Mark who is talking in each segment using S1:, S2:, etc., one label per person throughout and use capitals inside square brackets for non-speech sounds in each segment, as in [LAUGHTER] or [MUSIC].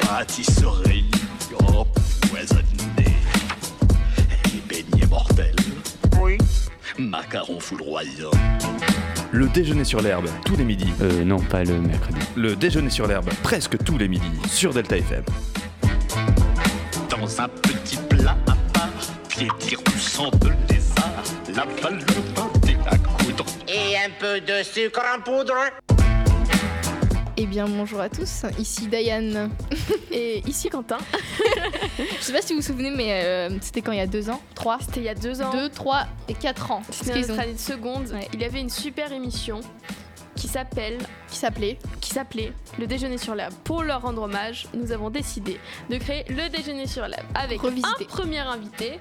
S1: pâtisserie empoisonnée. Beignets mortels. Oui. Macarons foudroyants.
S2: Le déjeuner sur l'herbe, tous les midis.
S3: Euh, non, pas le mercredi.
S2: Le déjeuner sur l'herbe, presque tous les midis, sur Delta FM.
S1: Dans un petit plat à part, piétir du sang de lézard, la valeur des à coudre.
S4: Et
S5: Ah.
S4: un peu de sucre en poudre.
S6: Eh bien bonjour à tous, ici Diane
S7: [LAUGHS] et ici Quentin.
S6: [LAUGHS] Je sais pas si vous vous souvenez mais euh, c'était quand il y a deux ans, trois,
S7: Ah, C'était il y a deux ans.
S6: 2, 3 et 4 ans. Parce
S7: C'était
S6: qu'ils
S7: notre
S6: ont-
S7: année de seconde.
S6: Ouais.
S7: Il avait une super émission qui s'appelle
S6: qui s'appelait
S7: qui s'appelait Le Déjeuner sur l'herbe. Pour leur rendre hommage, nous avons décidé de créer Le Déjeuner sur l'herbe avec
S6: Revisité.
S7: un premier invité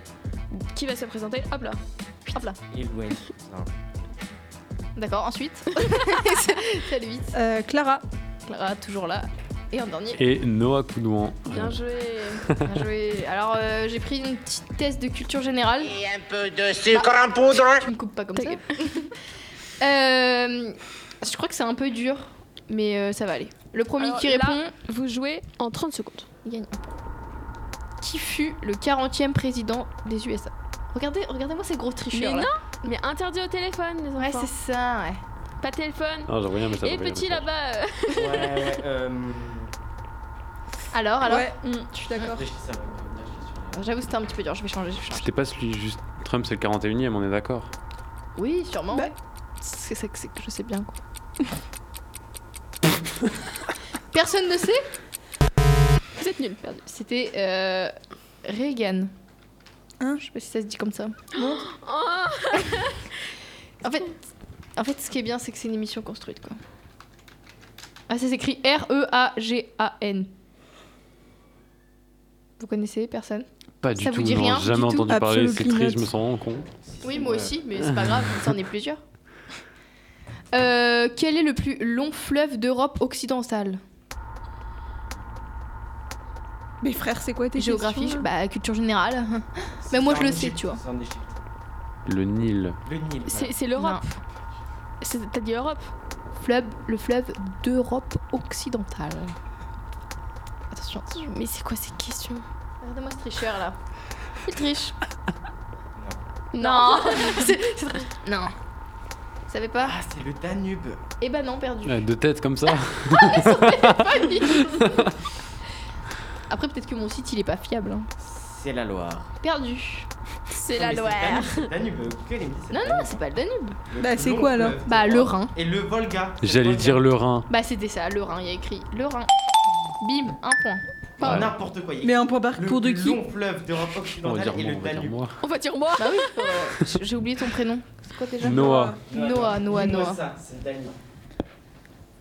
S7: qui va se présenter. Hop là. Hop là.
S5: Il ouais.
S6: D'accord, ensuite.
S7: [LAUGHS]
S6: [LAUGHS] Très vite.
S8: Euh, Clara.
S6: Clara, toujours là. Et en dernier.
S3: Et Noah Coudouan.
S7: Bien joué.
S6: Bien joué. Alors, euh, j'ai pris une petite thèse de culture générale.
S4: Et un peu de sucre en poudre.
S6: Tu me coupes pas comme ça.
S7: Ta gueule.
S6: [LAUGHS] Euh, je crois que c'est un peu dur, mais euh, ça va aller. Le premier
S7: Alors
S6: qui
S7: là-
S6: répond
S7: Vous jouez en 30 secondes.
S6: gagne. Qui fut le 40e président des USA Regardez, regardez-moi ces gros tricheurs.
S7: Mais
S6: là.
S7: Mais interdit au téléphone, les enfants.
S6: Ouais, c'est ça, ouais.
S7: Pas téléphone.
S3: Ah, j'ai envoyé un message. j'ai
S7: Et
S3: envoyé un
S7: petit
S3: message.
S7: là-bas. euh,
S5: ouais, euh.
S6: Alors, alors
S8: Ouais,
S7: [LAUGHS]
S8: mm, je suis d'accord.
S5: Réfléchis, ça va me venir, je suis sûr.
S6: J'avoue, c'était un petit peu dur, je vais changer. Je vais changer.
S3: C'était pas celui juste. Trump, c'est le 41 e on est d'accord.
S6: Oui, sûrement.
S8: Bah.
S6: ouais. C'est ça que c'est que je sais bien, quoi. [LAUGHS] Personne ne sait
S7: Vous êtes nuls, perdu.
S6: C'était euh, Reagan.
S8: Hein
S6: Je sais pas si ça se dit comme ça. [GASPS]
S7: Oh,
S6: En fait, en fait, ce qui est bien, c'est que c'est une émission construite, quoi. Ah, ça s'écrit R-E-A-G-A-N. Vous connaissez personne
S3: Pas du
S6: Ça vous
S3: tout.
S6: dit
S3: non,
S6: rien
S3: j'ai jamais
S6: du tout
S3: entendu parler. C'est
S8: Absolument.
S3: triste, je me sens vraiment con.
S5: Si,
S6: Oui,
S5: si,
S6: moi
S5: ouais.
S6: aussi, mais c'est pas grave, ça en est plusieurs. Euh, quel est le plus long fleuve d'Europe occidentale
S8: Mais frère, c'est quoi tes
S6: Géographie,
S8: questions, là
S6: bah culture générale.
S5: C'est
S6: [LAUGHS] Mais moi,
S5: en
S6: je le
S5: Égypte,
S6: sais, tu vois.
S5: C'est en Égypte.
S3: Le Nil.
S5: Le Nil.
S7: c'est c'est l'Europe.
S6: Non.
S7: C'est- T'as dit Europe.
S6: Fleuve, le fleuve d'Europe occidentale. Attention, attention.
S7: Mais c'est quoi ces questions
S6: Regardez-moi ce tricheur là. Il triche.
S7: Non.
S6: C'est- c'est trop- Non. Vous savez pas
S5: Ah, c'est le Danube.
S6: Eh ben non, perdu.
S3: Ah, Deux têtes comme ça.
S6: [LAUGHS] Après, peut-être que mon site il est pas fiable. hein.
S5: C'est la Loire.
S6: Perdu.
S7: [LAUGHS] C'est
S5: Non,
S7: la
S5: mais
S7: Loire.
S5: c'est le Danube. Danube, Google, il me dit, c'est
S6: Non,
S5: le
S6: non,
S5: Danube.
S6: c'est pas le Danube.
S5: Le
S8: Bah, c'est
S5: long
S8: quoi, alors
S5: fleuve
S6: Bah, le
S5: d'Europe.
S6: Rhin.
S5: Et le Volga.
S3: [LAUGHS]
S5: C'est
S3: J'allais
S5: le
S3: dire
S5: Volga.
S3: le Rhin.
S6: Bah, c'était ça, le Rhin, il y a écrit le Rhin. Bim, un point.
S5: Enfin,
S3: Ouais.
S5: N'importe quoi. il y a
S8: Mais un point par
S5: le
S8: pour de
S5: plus
S8: qui
S5: long fleuve d'Europe
S3: On va
S5: occidentale
S3: dire moi,
S5: et le
S3: on va dire
S5: Danube.
S3: moi.
S7: On va dire moi.
S6: Bah oui, euh, j- j'ai oublié ton prénom. C'est quoi déjà
S3: Noah.
S6: Noah,
S5: Dis-moi
S6: Noah, Noah.
S5: ça, c'est le Danube.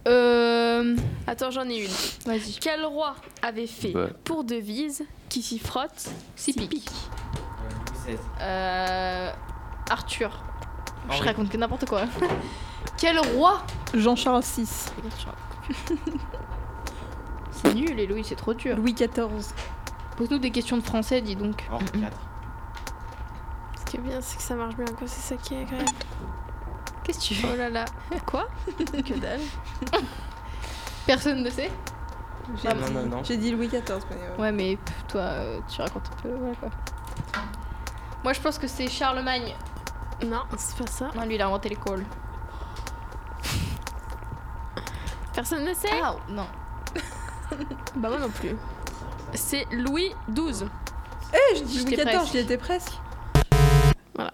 S6: Euh.
S7: Attends, j'en ai une.
S6: Vas-y.
S7: Quel roi avait fait
S3: Bah.
S7: pour devise qui s'y frotte s'y
S6: pique.
S7: pique
S5: Euh, Louis XVI.
S6: Euh. Arthur. Je
S5: Henri.
S6: raconte que n'importe quoi. Quel roi
S8: Jean-Charles VI.
S6: Regarde, je raconte. C'est nul, Héloïse, c'est trop dur.
S8: Louis XIV.
S6: Pose-nous des questions de français, dis donc.
S5: Henri IV.
S7: Ce qui est bien, c'est que ça marche bien, quoi. C'est ça qui est agréable.
S6: Qu'est-ce que tu fais
S7: Oh là là. Quoi Que dalle.
S6: [LAUGHS] Personne ne sait
S8: J'ai
S5: Ah, non, non, non.
S8: J'ai dit Louis XIV, mais. euh,
S6: Ouais, mais pff, toi, euh, tu racontes un peu, voilà quoi. Moi, je pense que c'est Charlemagne.
S7: Non, c'est pas ça.
S6: Non, lui, il a inventé l'école.
S7: Personne ne sait
S6: Ah, [LAUGHS] non.
S7: Bah, moi non plus. C'est Louis XII.
S8: Eh, je dis Louis
S6: J'étais
S8: XIV,
S6: presque.
S8: j'y étais presque.
S7: Voilà.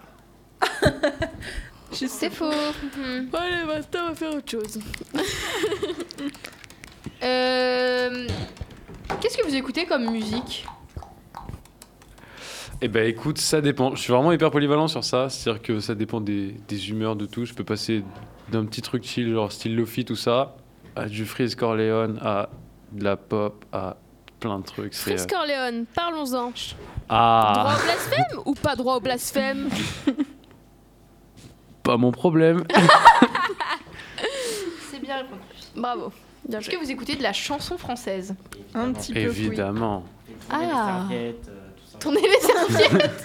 S8: je sais.
S6: C'est
S7: [LAUGHS]
S6: faux. Mhm.
S7: Allez, basta, on va faire autre chose.
S6: [LAUGHS] Euh, Qu'est-ce que vous écoutez comme musique
S3: Eh ben écoute, ça dépend. Je suis vraiment hyper polyvalent sur ça. C'est-à-dire que ça dépend des, des humeurs, de tout. Je peux passer d'un petit truc chill, genre style Lofi, tout ça, à du Freeze Corleone, à de la pop, à plein de trucs. C'est,
S7: Fritz
S3: euh,
S7: Corleone, parlons-en. Droit
S3: Ah,
S7: au blasphème ou pas droit au blasphème
S3: pas mon problème.
S6: C'est bien répondu.
S7: Bravo. Bien
S6: Est-ce que
S7: joué.
S6: vous écoutez de la chanson française
S8: Un petit peu.
S3: Évidemment.
S6: Ah.
S5: Ah. Serviettes, euh, tout ça.
S6: Tournez [LAUGHS] les serviettes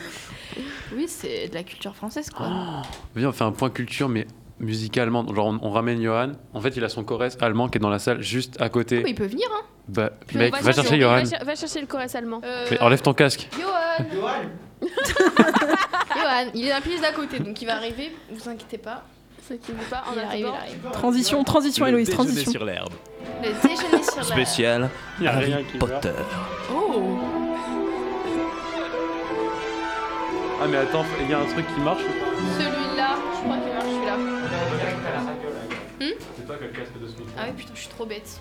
S6: Oui, c'est de la culture française, quoi.
S3: Viens, on fait un point culture, mais musicalement. Genre, on, on ramène Johan. En fait, il a son chorès allemand qui est dans la salle juste à côté.
S6: Oh, il peut venir, hein
S3: Bah,
S7: Puis
S3: [LAUGHS]
S7: on
S3: mec, va chercher Johan.
S7: Va, cher- va chercher le chorus allemand.
S6: Euh,
S3: Mais Enlève ton casque.
S6: Johan
S5: Johan
S6: [LAUGHS] Johan, il est dans la pièce d'à côté, donc il va arriver. Vous inquiétez pas.
S7: Ceux qui ne pas, en
S6: Il arrive, il
S7: attendant.
S6: arrive.
S8: Transition, transition, Héloïse, transition.
S2: sur l'herbe.
S6: Le déjeuner
S3: [LAUGHS]
S6: sur la-
S2: Spécial
S3: Il
S2: Harry Potter.
S6: Oh
S3: Ah, mais attends, il y a un truc qui marche ou pas
S6: Celui-là, je crois qu'il marche celui-là.
S3: C'est pas que le casque de Smith.
S6: Ah oui, putain, je suis trop bête.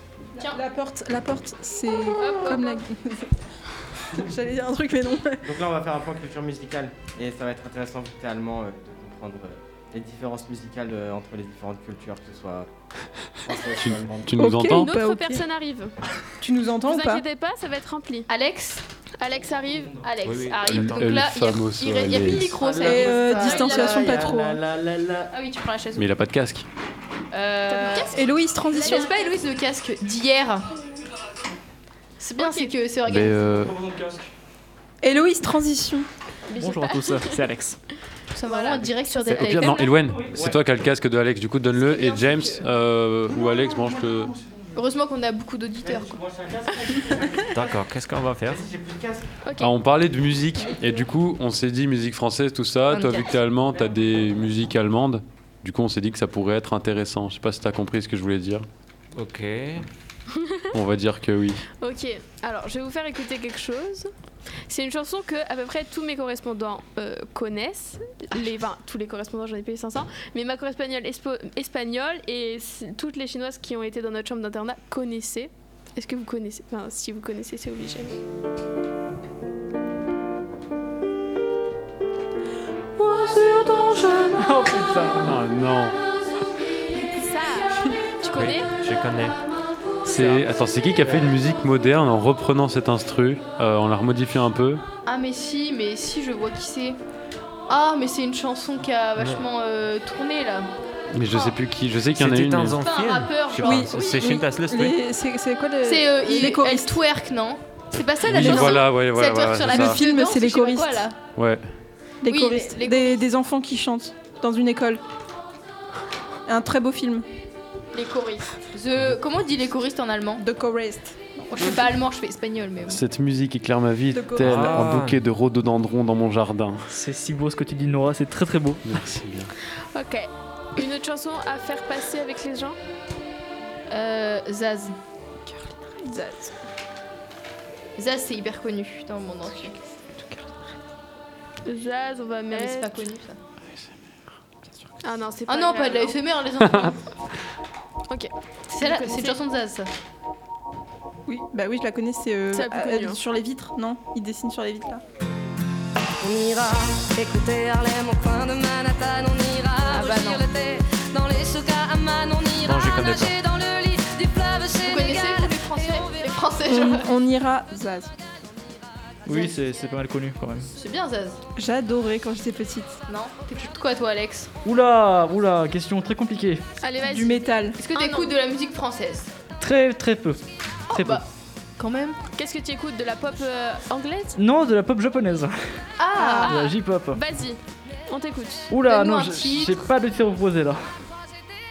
S8: La porte, la porte, c'est
S6: hop,
S8: comme la. J'allais dire un truc, mais non.
S5: Donc là, on va faire un plan culture musicale. Et ça va être intéressant, vu que t'es allemand, euh, de comprendre euh, les différences musicales euh, entre les différentes cultures, que ce soit français ou allemand.
S3: Tu nous
S8: Ok.
S3: entends
S7: Une
S8: Bah,
S7: autre
S8: ok.
S7: personne arrive.
S8: Tu nous entends
S7: vous
S8: ou pas
S7: inquiétez pas, ça va être rempli.
S6: Alex
S7: Alex arrive.
S6: Alex
S5: Oui, oui.
S6: arrive.
S3: Elle-
S6: Donc
S3: elle
S6: là, il y a-
S3: fameuse,
S6: il y a, il y a plus de
S3: Alex.
S6: micro, ça
S8: Et, euh,
S6: y est.
S8: distanciation, pas trop. hein.
S5: La, la, la, la.
S6: Ah oui, tu prends la chaise.
S3: Mais il a pas de casque.
S6: Euh...
S8: Héloïse,
S6: Je
S8: transition.
S6: laisse pas Héloïse le casque d'hier. C'est bien, c'est que c'est
S3: Mais
S6: organisé.
S3: euh,
S8: Héloïse, transition.
S9: Bonjour à tous, c'est Alex.
S6: Ça va vraiment en direct sur des
S3: au pire, non, Elwen, c'est toi qui as le casque de Alex, du coup donne-le. Et James euh, ou Alex, mange le.
S6: Heureusement qu'on a beaucoup d'auditeurs.
S5: Tu branches un casque
S9: D'accord, qu'est-ce qu'on va faire
S5: Vas-y, j'ai plus de casque.
S3: Ah, on parlait de musique, et du coup, on s'est dit musique française, tout ça. Toi,
S6: 24.
S3: vu que t'es allemand, t'as des musiques allemandes. Du coup, on s'est dit que ça pourrait être intéressant. Je sais pas si t'as compris ce que je voulais dire.
S9: Ok.
S3: On va dire que oui.
S7: Ok, alors je vais vous faire écouter quelque chose. C'est une chanson que à peu près tous mes correspondants euh, connaissent. Les, enfin, tous les correspondants, j'en ai payé 500. Mais ma correspondante espo- espagnole et s- toutes les chinoises qui ont été dans notre chambre d'internat connaissaient. Est-ce que vous connaissez Enfin, si vous connaissez, c'est obligé.
S9: Oh putain
S3: Ah non.
S7: Ça, tu
S9: Oui,
S7: connais
S9: je connais.
S3: C'est attends, c'est qui qui a fait une musique moderne en reprenant cet instru, euh, en la remodifiant un peu
S6: Ah mais si, mais si, je vois qui c'est. Ah mais c'est une chanson qui a vachement euh, tourné là.
S3: Mais je sais plus qui. Je sais qu'il y en a
S9: C'était
S3: une. mais-
S9: dans un hein.
S6: Pas un
S9: film.
S6: rappeur,
S9: Je sais
S6: genre.
S9: pas,
S8: Oui,
S9: C'est
S8: oui.
S9: Schindler's List, oui.
S8: Les- C'est c'est quoi le.
S6: C'est euh, il
S8: les
S6: est elle
S8: choristes.
S6: twerk non C'est pas ça la
S3: Oui,
S6: chanson
S3: voilà, ouais, voilà, voilà,
S6: C'est elle twerk sur la
S3: c'est ça.
S8: Le film,
S6: danse,
S8: c'est les
S6: je sais pas quoi,
S8: choristes.
S6: là.
S3: Ouais.
S8: Des
S6: Oui,
S8: choristes,
S6: les- les
S8: des, des enfants qui chantent dans une école. Un très beau film.
S6: Les choristes. The... Comment on dit les choristes en allemand
S8: The Chorist.
S6: Moi, Je fais pas allemand, je fais espagnol mais bon.
S3: Cette musique éclaire ma vie,
S8: De Gaulle.
S3: tel
S9: Ah.
S3: un bouquet de rhododendrons dans mon jardin.
S9: C'est si beau ce que tu dis, Nora, c'est très très beau.
S3: Merci
S9: [LAUGHS]
S3: bien.
S7: Ok. Une autre chanson à faire passer avec les gens
S6: Euh, Zaz. Zaz c'est hyper connu dans le monde entier.
S7: Zaz, on va
S6: Ah, Mais c'est pas
S7: mettre.
S6: connu ça.
S7: Ah non, c'est pas.
S6: Ah non, pas de la
S7: grave.
S6: SMR les enfants. [LAUGHS]
S7: Ok.
S6: C'est la- c'est une chanson de Zaz ça.
S8: Oui, bah oui, je la connais, c'est euh,
S7: C'est la plus
S8: euh,
S7: connue, hein.
S8: sur les vitres, non Il dessine sur les vitres là.
S10: On ira écouter Harlem au coin de Manhattan, on ira
S6: Ah bah non.
S10: regireter dans les soukas à Man, on ira
S9: Non, je connais pas.
S10: nager dans le lit du fleuve
S6: Vous connaissez
S10: Sénégal.
S6: vous, les Français Les Français, genre.
S8: On, on ira Zaz.
S9: Oui, c'est c'est pas mal connu quand même.
S6: C'est bien Zaz.
S8: J'adorais quand j'étais petite.
S6: Non T'écoutes quoi toi Alex
S9: Oula, oula, question très compliquée.
S7: Allez, vas-y.
S8: Du métal.
S6: Est-ce que
S7: Ah,
S6: t'écoutes
S7: non.
S6: de la musique française
S9: Très très peu. Très peu.
S6: bah. Quand même.
S7: Qu'est-ce que tu écoutes de la pop euh, anglaise
S9: Non, de la pop japonaise.
S6: Ah,
S9: De la J-pop.
S7: Vas-y, on t'écoute.
S9: Oula,
S6: Donne-nous
S9: non,
S6: un
S9: je-
S6: titre.
S9: j'ai pas de titre proposé là.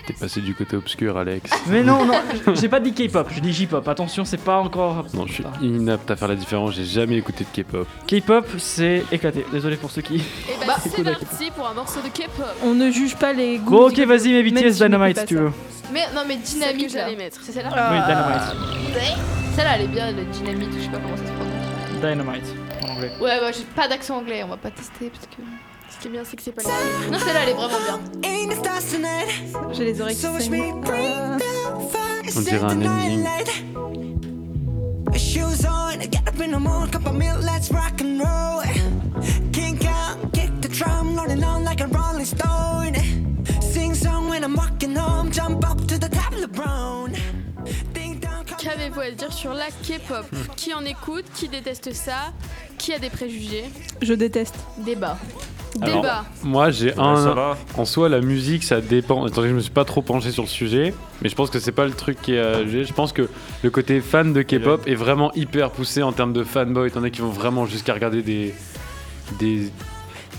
S3: T'es passé du côté obscur, Alex.
S9: Mais non, non, j'ai pas dit K-pop, je dis J-pop. Attention, c'est pas encore. Ah.
S3: Non, je suis inapte à faire la différence. J'ai jamais écouté de K-pop.
S9: K-pop, c'est éclaté. Désolé pour ceux qui.
S7: Et bah,
S6: Bah,
S7: c'est parti pour un morceau de K-pop.
S8: On ne juge pas les goûts.
S9: Bon, ok,
S8: du-
S9: vas-y, mes
S8: Même
S9: BTS
S8: si je n'écoute
S9: Dynamite
S8: pas
S9: si tu
S8: ça.
S9: veux.
S6: mais non mais
S7: Dynamique,
S6: dynamite. là.
S7: j'allais mettre.
S6: C'est celle-là
S9: Oui,
S8: Ah.
S9: Dynamite.
S6: Celle-là elle est bien, la dynamite, je sais pas comment ça se prononce.
S9: Dynamite en anglais.
S6: Ouais, bah j'ai pas d'accent anglais, on va pas tester parce que.
S7: Ce qui est bien, c'est que c'est pas
S6: Non, celle-là elle est vraiment bien.
S8: J'ai les oreilles qui saignent. Ah.
S3: On dirait un ending.
S10: Shoes on, get up in the morning, cup of milk, let's rock and roll. Kink out, kick the drum, rolling on like a rolling stone. Sing song when I'm walking home, jump up to the top of the brown. Ding dong, come-
S7: Qu'avez-vous à dire sur la K-pop
S9: Hmm.
S7: Qui en écoute Qui déteste ça Qui a des préjugés
S8: Je déteste.
S6: Débat.
S3: Alors,
S7: Débat.
S3: Moi, j'ai
S9: Ça
S3: un.
S9: va.
S3: En soi, la musique, ça dépend. Attendez, je me suis pas trop penché sur le sujet, mais je pense que c'est pas le truc qui est. à juger. Je pense que le côté fan de K-pop est vraiment hyper poussé en termes de fanboy. T'en as qui vont vraiment jusqu'à regarder des. des.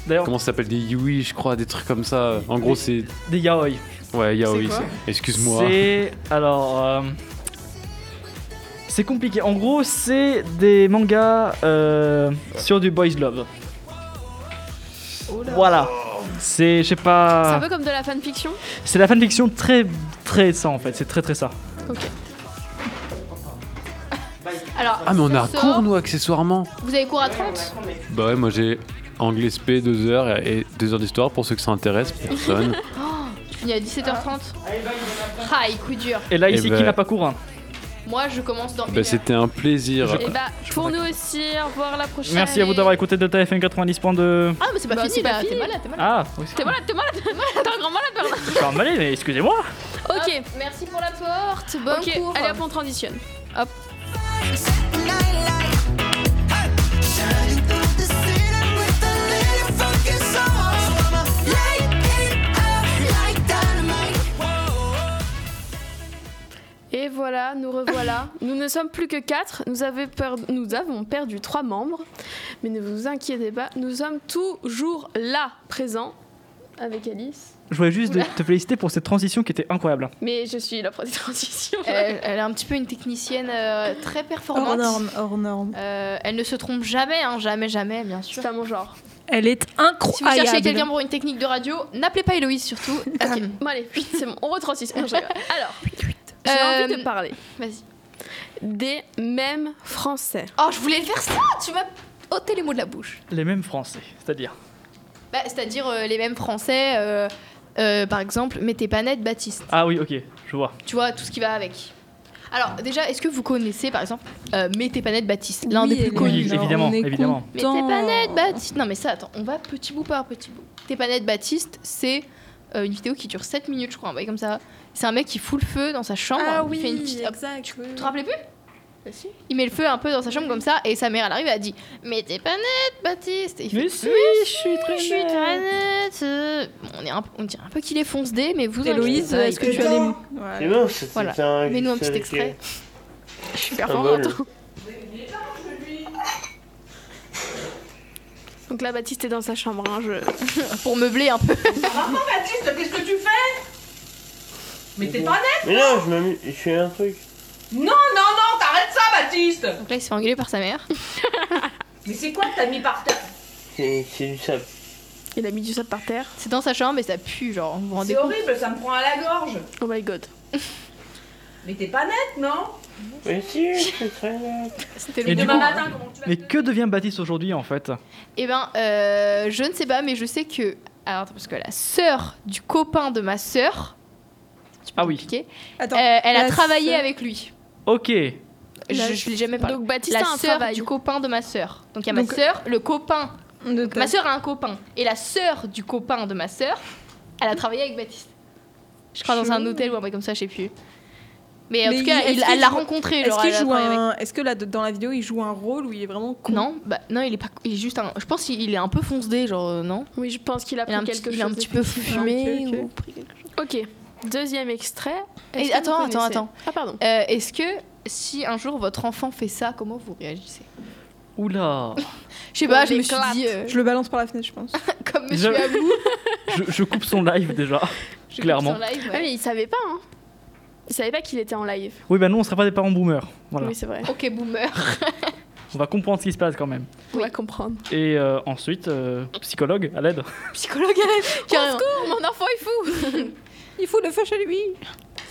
S9: D'ailleurs,
S3: Comment ça s'appelle Des yui, je crois, des trucs comme ça. En gros, c'est.
S9: des yaoi.
S3: Ouais, yaoi.
S8: quoi
S3: c'est- Excuse-moi.
S9: C'est alors. euh, C'est compliqué. En gros, c'est des mangas euh, sur du boys love. Voilà. C'est, je sais
S7: C'est un
S9: pas.
S7: peu comme de la fanfiction.
S9: C'est la fanfiction très, très ça en fait. C'est très, très ça.
S6: Alors,
S3: Ah, mais on a
S6: ça
S3: cours,
S6: sort.
S3: nous, accessoirement.
S6: Vous avez cours à 30
S3: Bah ouais, moi j'ai anglais SP 2 heures et 2 heures d'histoire pour ceux que ça intéresse. Personne.
S6: Oh, je finis à 17h30. Aïe, coup dur.
S9: Et là,
S3: Eh
S9: ici,
S3: ben.
S9: qui n'a pas cours hein
S6: Moi, je commence dans une
S3: bah
S6: heure.
S3: c'était un plaisir.
S9: Euh,
S7: Et bah, pour nous aussi, au revoir la prochaine.
S9: Merci à vous
S7: Et-
S9: d'avoir écouté Delta FM 90.2.
S6: Ah, mais c'est pas
S7: Bah,
S6: fini
S7: c'est pas
S6: là,
S7: fini.
S6: t'es malade, t'es malade.
S9: Ah, oui.
S7: T'es malade, t'es malade, t'es malade, t'es un grand malade, Bernard.
S9: Je suis emballé, mais excusez-moi.
S7: Ok,
S6: Hop, merci pour la porte. Bon
S7: ok,
S6: cours.
S7: allez hop, on transitionne. Et voilà, nous revoilà. nous ne sommes plus que quatre. Nous, avez per- nous avons perdu trois membres. Mais ne vous inquiétez pas, nous sommes toujours là, présents, avec Alice.
S9: Je voulais juste de- te féliciter pour cette transition qui était incroyable.
S7: Mais je suis la pro des transitions.
S6: Elle, elle est un petit peu une technicienne euh, très performante.
S8: Hors
S7: Oh,
S8: norme, hors norme.
S6: Euh, elle ne se trompe jamais, hein, jamais, jamais, bien sûr.
S7: [LAUGHS] C'est pas mon genre.
S8: Elle est incroyable.
S7: Ah,
S6: Si vous cherchez quelqu'un pour une technique de radio, n'appelez pas Héloïse
S7: [COUGHS]
S6: surtout.
S7: Ok,
S6: Ok,
S7: bon allez, c'est bon, on retransitionne. Non, je rigole. Alors, j'ai
S6: Euh,
S7: envie de parler
S6: Vas-y.
S7: des mèmes français.
S6: Oh, je voulais faire ça Tu m'as ôté les mots de la bouche.
S9: Les mêmes français, c'est-à-dire.
S6: Bah, C'est-à-dire euh, les mêmes français, euh, euh, par exemple, mettez pas net Baptiste.
S9: Ah oui, ok, je vois.
S6: Tu vois, tout ce qui va avec. Alors, déjà, est-ce que vous connaissez, par exemple, euh, mettez pas net Baptiste L'un des plus
S9: Hélène.
S6: connus.
S9: Oui, évidemment, évidemment.
S6: Mettez pas net Baptiste Non, mais ça, attends, on va petit bout par petit bout. Mettez pas net Baptiste, c'est euh, une vidéo qui dure 7 minutes, je crois, un bail comme ça. C'est un mec qui fout le feu dans sa chambre.
S11: Ah
S6: il
S11: oui,
S6: fait une petite-
S11: exact. oui,
S6: Tu
S11: oui.
S6: te rappelais plus Il met le feu un peu dans sa chambre comme ça et sa mère elle arrive et elle dit Mais t'es pas nette Baptiste Et il fait,
S9: Mais si, je suis très
S6: Je suis
S9: nette.
S6: très nette euh. on, est un, on dirait un peu qu'il est foncedé mais vous
S8: Héloïse,
S6: inquiétez pas,
S8: est-ce que
S6: il-
S8: tu as les.
S11: C'est bon,
S8: Voilà.
S11: Eh ben, c'est
S6: Voilà.
S11: c'est un.
S6: Mets-nous un petit
S11: c'est-
S6: extrait.
S7: Je suis
S11: Un
S7: performante.
S11: vol.
S7: [LAUGHS] Donc là, Baptiste est dans sa chambre. hein, je...
S6: Pour meubler un peu
S12: Baptiste, qu'est-ce que tu fais Mais t'es pas net
S11: Mais non, je m'amuse, je fais un truc.
S12: Oh Non, non, non, t'arrêtes ça, Baptiste
S6: Donc là il se fait engueuler par sa mère
S12: Mais c'est quoi que t'as mis par terre
S11: C'est c'est du sable.
S7: Il a mis du sable par terre.
S6: C'est dans sa chambre et ça pue genre vous vous rendez
S12: C'est
S6: compte
S12: horrible, ça me prend à la gorge.
S7: Oh my god.
S12: [LAUGHS] Mais t'es pas net, non
S11: Mais si, c'est très net.
S6: C'était
S9: Et
S6: le
S9: du
S12: Demain
S9: coup-
S12: matin, comment tu vas
S9: Mais que devient Baptiste aujourd'hui en fait
S6: Et ben euh, je ne sais pas mais je sais que Alors attends parce que la sœur du copain de ma sœur c'est
S9: Ah oui.
S6: compliqué,
S8: Attends.
S6: euh, elle a
S8: la
S6: travaillé
S8: sœur-
S6: avec lui
S9: Ok.
S6: Je,
S7: La-
S6: je l'ai jamais parlé
S7: Donc Baptiste a
S6: La
S7: un
S6: sœur
S7: travail.
S6: du copain de ma sœur Donc il y a ma
S8: Donc- euh,
S6: sœur, le copain
S8: De ta-
S6: Euh, Ma sœur a un copain et la sœur du copain de ma sœur, elle a travaillé avec Baptiste. Je crois dans un
S8: Chelou.
S6: hôtel ou un truc comme ça, je sais plus. Mais en
S8: Mais
S6: tout cas,
S8: il- est-ce
S6: il-
S8: qu'il
S6: elle l'a
S8: joue-
S6: rencontré.
S8: Est-ce
S6: genre,
S8: qu'il
S6: elle a
S8: joue
S6: travaillé avec-
S8: un. Est-ce que là, dans la vidéo, il joue un rôle où il est vraiment con
S6: Non, bah, non, il est pas. Il est juste un. Je pense qu'il est un peu foncedé, genre euh, non.
S7: Oui, je pense qu'il a
S6: Il
S7: pris
S6: est un petit,
S7: quelque chose.
S6: il est un petit peu fumé.
S8: ok, ok.
S6: ou pris quelque chose.
S7: Ok, deuxième extrait. Est-ce
S6: Et
S7: que vous
S6: attends, attends,
S7: connaissez
S6: attends.
S7: Ah, pardon.
S6: Euh, Est-ce que si un jour votre enfant fait ça, comment vous réagissez
S9: Oula.
S6: Je sais pas,
S7: Oh,
S6: je me suis
S7: l'éclate.
S6: dit euh, [LAUGHS]
S8: Je le balance par la fenêtre, je pense.
S6: comme Monsieur
S9: [LAUGHS] Je-
S6: Abou.
S9: Je, je coupe son live déjà.
S6: je coupe
S9: Clairement.
S6: son live,
S7: Ah,
S6: ouais.
S7: mais il savait pas, hein. Il savait pas qu'il était en live.
S9: Oui, bah nous on sera pas des parents boomers. Voilà.
S7: Oui, c'est vrai.
S6: Ok boomer.
S9: On va comprendre ce qui se passe quand même.
S7: On va comprendre.
S9: Et euh, ensuite, euh, psychologue à
S6: [LAUGHS]
S9: l'aide.
S6: Psychologue. [LAUGHS] carrément.
S7: mon enfant est fou
S8: Il faut le feu chez lui.
S6: [LAUGHS]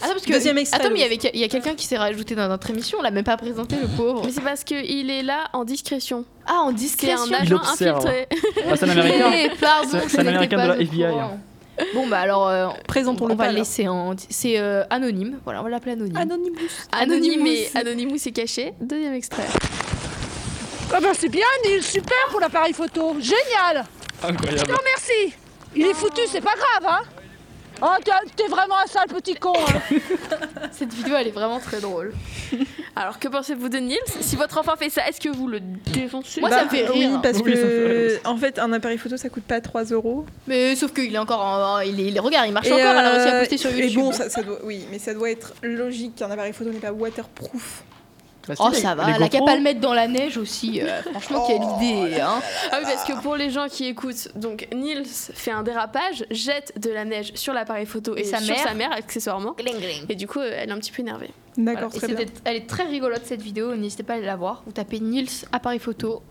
S6: Attends, parce que,
S8: Deuxième extrait,
S6: Attends, mais il y,
S8: Louise.
S6: avait- il y a quelqu'un qui s'est rajouté dans notre émission, on l'a même pas présenté, le pauvre.
S7: Mais c'est parce qu'il est là en discrétion.
S6: Ah, en
S7: C'est un
S6: discrétion.
S9: âge-
S7: agent
S9: observe.
S7: infiltré.
S9: Ah, c'est un américain.
S6: [LAUGHS] Eh, pardon,
S9: C'est- c'est
S6: je
S9: un
S6: n'étais
S9: Américain
S6: pas
S9: de la
S6: au
S9: FBI,
S6: courant. Bon, bah alors, euh, on,
S8: Présentons-le
S6: va
S8: pas.
S6: le laisser en. C'est euh, anonyme, voilà, on va l'appeler anonyme.
S8: Anonymous.
S7: Anonyme et
S6: Ah,
S7: Anonymous est caché. Deuxième extrait.
S12: Ah ben c'est bien, Neil, super pour l'appareil photo. Génial
S9: Incroyable.
S12: Merci Il est foutu, c'est pas grave, hein Oh, t'es- t'es vraiment un sale petit con, hein
S6: [LAUGHS] Cette vidéo, elle est vraiment très drôle.
S7: Alors que pensez-vous de Nils Si votre enfant fait ça, est-ce que vous le défoncez
S6: Moi, ça me fait rire.
S8: Bah, Oui, parce
S9: Oui, ça me fait rire
S8: que. En fait, un appareil photo, ça coûte pas 3 euros.
S6: Mais sauf qu'il est encore. en- il, est, il est- regarde, il marche
S8: Et,
S6: encore, elle a réussi à
S8: euh,
S6: poster sur YouTube.
S8: Et bon, ça, ça doit, oui, mais ça doit être logique qu'un appareil photo n'est pas waterproof.
S6: Oh,
S7: Stylé.
S6: ça va,
S7: Les
S6: elle a qu'à
S7: GoPro.
S6: pas le mettre dans la neige aussi. euh, franchement, quelle
S9: Oh.
S6: idée, hein.
S7: Ah oui, parce que pour les gens qui écoutent, donc Nils fait un dérapage, jette de la neige sur l'appareil photo et,
S6: Et sa
S7: sur
S6: mère.
S7: sa mère, accessoirement. Et du coup, euh, elle est un petit peu énervée.
S8: D'accord,
S6: Et
S8: très bien.
S6: c'était- Elle est très rigolote cette vidéo, n'hésitez pas à aller la voir. Vous tapez Nils appareil photo.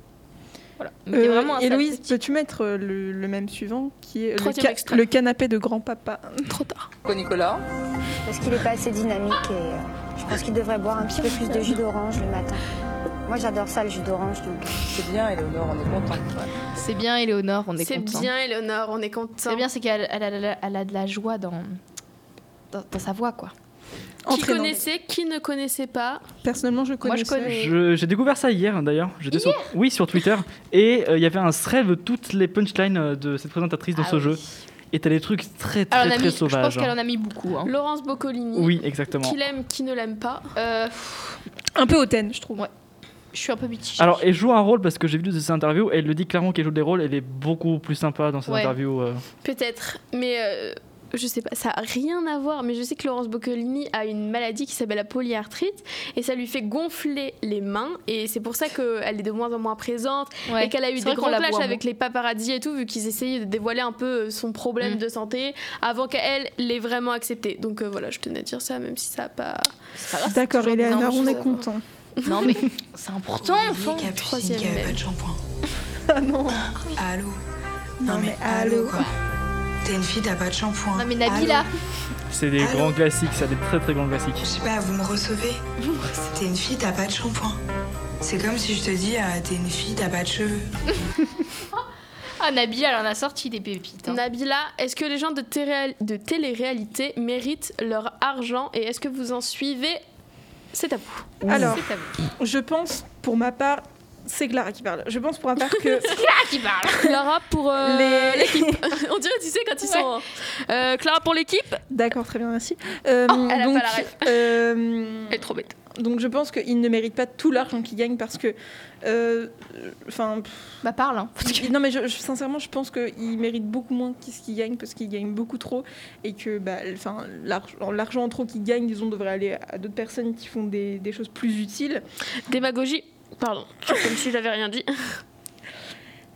S6: Voilà. Mettez
S8: Euh,
S6: vraiment un sale
S8: Héloïse, peux-tu mettre euh, le, le même suivant qui est le,
S6: Troisième
S8: ca-
S6: extrait.
S8: le canapé de grand-papa
S7: Trop tard.
S13: Nicolas Parce qu'il n'est pas assez dynamique et euh, je pense qu'il devrait boire un petit peu plus de jus d'orange le matin. Moi j'adore ça le jus d'orange donc. euh, C'est bien Eleonore, on est content.
S6: C'est bien, Éléonore, on est
S7: C'est
S6: content.
S7: bien, Eleonore, on est content.
S6: C'est bien, c'est qu'elle elle a, elle a- elle a de la joie dans, dans, dans sa voix, quoi.
S7: Qui connaissait, qui ne connaissait pas
S8: Personnellement, je
S7: connais. Moi, je connais.
S9: Je- J'ai découvert ça hier d'ailleurs. J'étais sur, oui, sur Twitter. Et euh, il y avait un thread de toutes les punchlines euh, de cette présentatrice dans
S6: Ah
S9: ce
S6: oui.
S9: jeu. Et t'as des trucs très très
S6: Alors, on a
S9: très
S6: mis- Je pense
S9: sauvages.
S6: qu'elle en a mis beaucoup. hein.
S7: Laurence Boccolini.
S9: Oui, exactement.
S7: Qui l'aime, qui ne l'aime pas. Euh,
S8: Un peu hautaine, je trouve.
S6: Ouais. Je suis un peu mitigée.
S9: Alors, elle joue un rôle parce que j'ai vu de ses interviews et elle le dit clairement qu'elle joue des rôles. Elle est beaucoup plus sympa dans ses
S7: Ouais.
S9: interviews. euh.
S7: Peut-être, mais euh, je sais pas, ça a rien à voir. Mais je sais que Laurence Boccolini a une maladie qui s'appelle la polyarthrite et ça lui fait gonfler les mains et c'est pour ça qu'elle est de moins en moins présente
S6: Ouais,
S7: et qu'elle a eu
S6: c'est
S7: des
S6: vrai qu'on
S7: gros
S6: la
S7: clashs
S6: voit
S7: avec les paparazzi et tout vu qu'ils essayaient de dévoiler un peu euh, son problème
S6: Mm.
S7: de santé avant qu'elle l'ait vraiment accepté. Donc euh, voilà, je tenais à dire ça même si ça a pas.
S6: Ah,
S8: D'accord,
S7: c'est toujours des
S8: Eleanor, on est
S7: enjeux.
S8: content.
S6: Non, mais c'est important, enfin.
S14: Capucine
S7: Troisième
S14: qui avait
S7: mail.
S14: pas
S13: [LAUGHS]
S14: de shampoing.
S8: Ah non.
S14: Allô
S8: Non, mais allô,
S14: quoi. T'es une fille, t'as pas de shampoing.
S6: Non, Ah, mais Nabila.
S14: Allô
S9: C'est des
S14: Allô
S9: grands classiques, ça, des très très grands classiques.
S14: Je sais pas, vous me recevez T'es une fille, t'as pas de shampoing. C'est comme si je te dis, ah, t'es une fille, t'as pas de cheveux.
S6: Ah, Nabila, elle en a sorti des pépites. hein.
S7: Nabila, est-ce que les gens de, téléréal- de télé-réalité méritent leur argent et est-ce que vous en suivez C'est à vous.
S6: [LAUGHS]
S8: Alors,
S7: C'est à vous.
S8: je pense pour ma part, c'est Clara qui parle. Je pense pour ma part que
S6: Ah,
S7: Clara qui parle. Clara pour euh,
S8: Les-
S7: l'équipe. [LAUGHS] On dirait, tu sais, quand ils sont. Euh, Clara pour l'équipe.
S8: D'accord, très bien, merci. Euh,
S7: Oh, elle a
S8: donc,
S7: pas la ref.
S8: euh,
S7: [LAUGHS] Elle est trop bête.
S8: Donc je pense qu'ils ne méritent pas tout l'argent qu'ils gagnent parce que, euh, enfin. pff,
S6: Bah, parle, hein.
S8: non mais je- je- sincèrement, je pense qu'ils méritent beaucoup moins que ce qu'ils gagnent parce qu'ils gagnent beaucoup trop et que, bah, enfin, l'argent l'argent en trop qu'ils gagnent, disons, devrait aller à d'autres personnes qui font des, des choses plus utiles.
S7: Démagogie. Pardon. Comme si j'avais rien dit.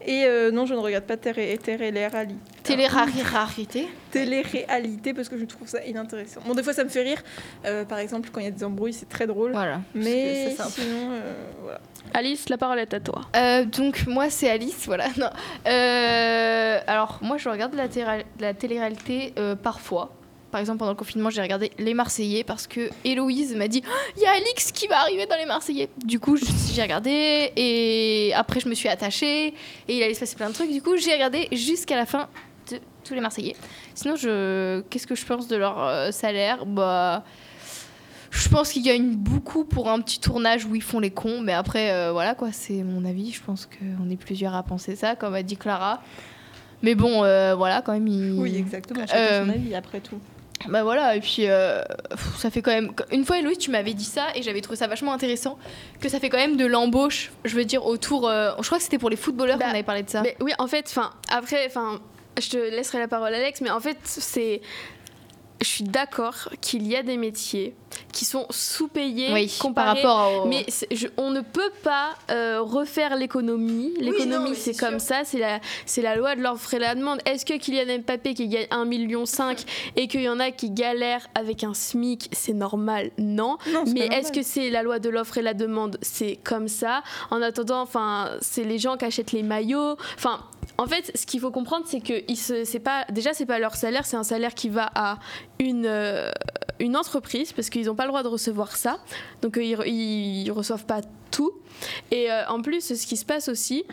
S8: Et euh, non, je ne regarde pas Terre et Terre et les Rally.
S6: Télé-rarité.
S8: télé-réalité parce que je trouve ça inintéressant. Bon, des fois, ça me fait rire. Euh, par exemple, quand il y a des embrouilles, c'est très drôle.
S6: Voilà.
S8: Mais
S6: Parce que ça, c'est un peu-
S8: sinon, euh, voilà.
S7: Alice, la parole est à toi.
S6: Euh, donc moi c'est Alice, voilà. Non. Euh, alors moi je regarde de la, téléra- de la télé-réalité euh, parfois. Par exemple pendant le confinement j'ai regardé Les Marseillais parce que Héloïse m'a dit Ah, il y a Alix qui va arriver dans Les Marseillais. Du coup je- j'ai regardé et après je me suis attachée et il allait se passer plein de trucs. Du coup j'ai regardé jusqu'à la fin de tous Les Marseillais. Sinon je qu'est-ce que je pense de leur euh, salaire Bah je pense qu'ils gagnent beaucoup pour un petit tournage où ils font les cons, mais après, euh, voilà quoi, c'est mon avis. Je pense qu'on est plusieurs à penser ça, comme a dit Clara. Mais bon, euh, voilà, quand même, ils.
S8: Oui, exactement. Chacun
S6: Euh,
S8: son avis, après tout.
S6: bah voilà, et puis euh, pff, ça fait quand même. Une fois, Héloïse, tu m'avais dit ça et j'avais trouvé ça vachement intéressant que ça fait quand même de l'embauche, je veux dire, autour. euh, je crois que c'était pour les footballeurs qu'on avait parlé de ça.
S7: Bah, Mais oui, en fait, enfin, après, enfin, je te laisserai la parole, Alex, mais en fait, c'est. Je suis d'accord qu'il y a des métiers qui sont sous-payés
S6: Oui,
S7: comparés,
S6: par rapport au-
S7: mais c'est- je- on ne peut pas euh, refaire l'économie. L'économie, c'est comme ça, c'est la, c'est la loi de l'offre et la demande. Est-ce que Kylian Mbappé qui gagne 1,5 million et qu'il y en a qui galèrent avec un SMIC, c'est normal Non.
S6: Non, c'est
S7: mais
S6: pas
S7: est-ce que
S6: normal.
S7: c'est la loi de l'offre et la demande, c'est comme ça. En attendant, enfin, c'est les gens qui achètent les maillots. Enfin, en fait, ce qu'il faut comprendre, c'est que ils se- c'est pas déjà c'est pas leur salaire, c'est un salaire qui va à une euh, une entreprise parce qu'ils n'ont pas le droit de recevoir ça. Donc euh, ils, re- ils reçoivent pas tout. Et euh, en plus, ce qui se passe aussi,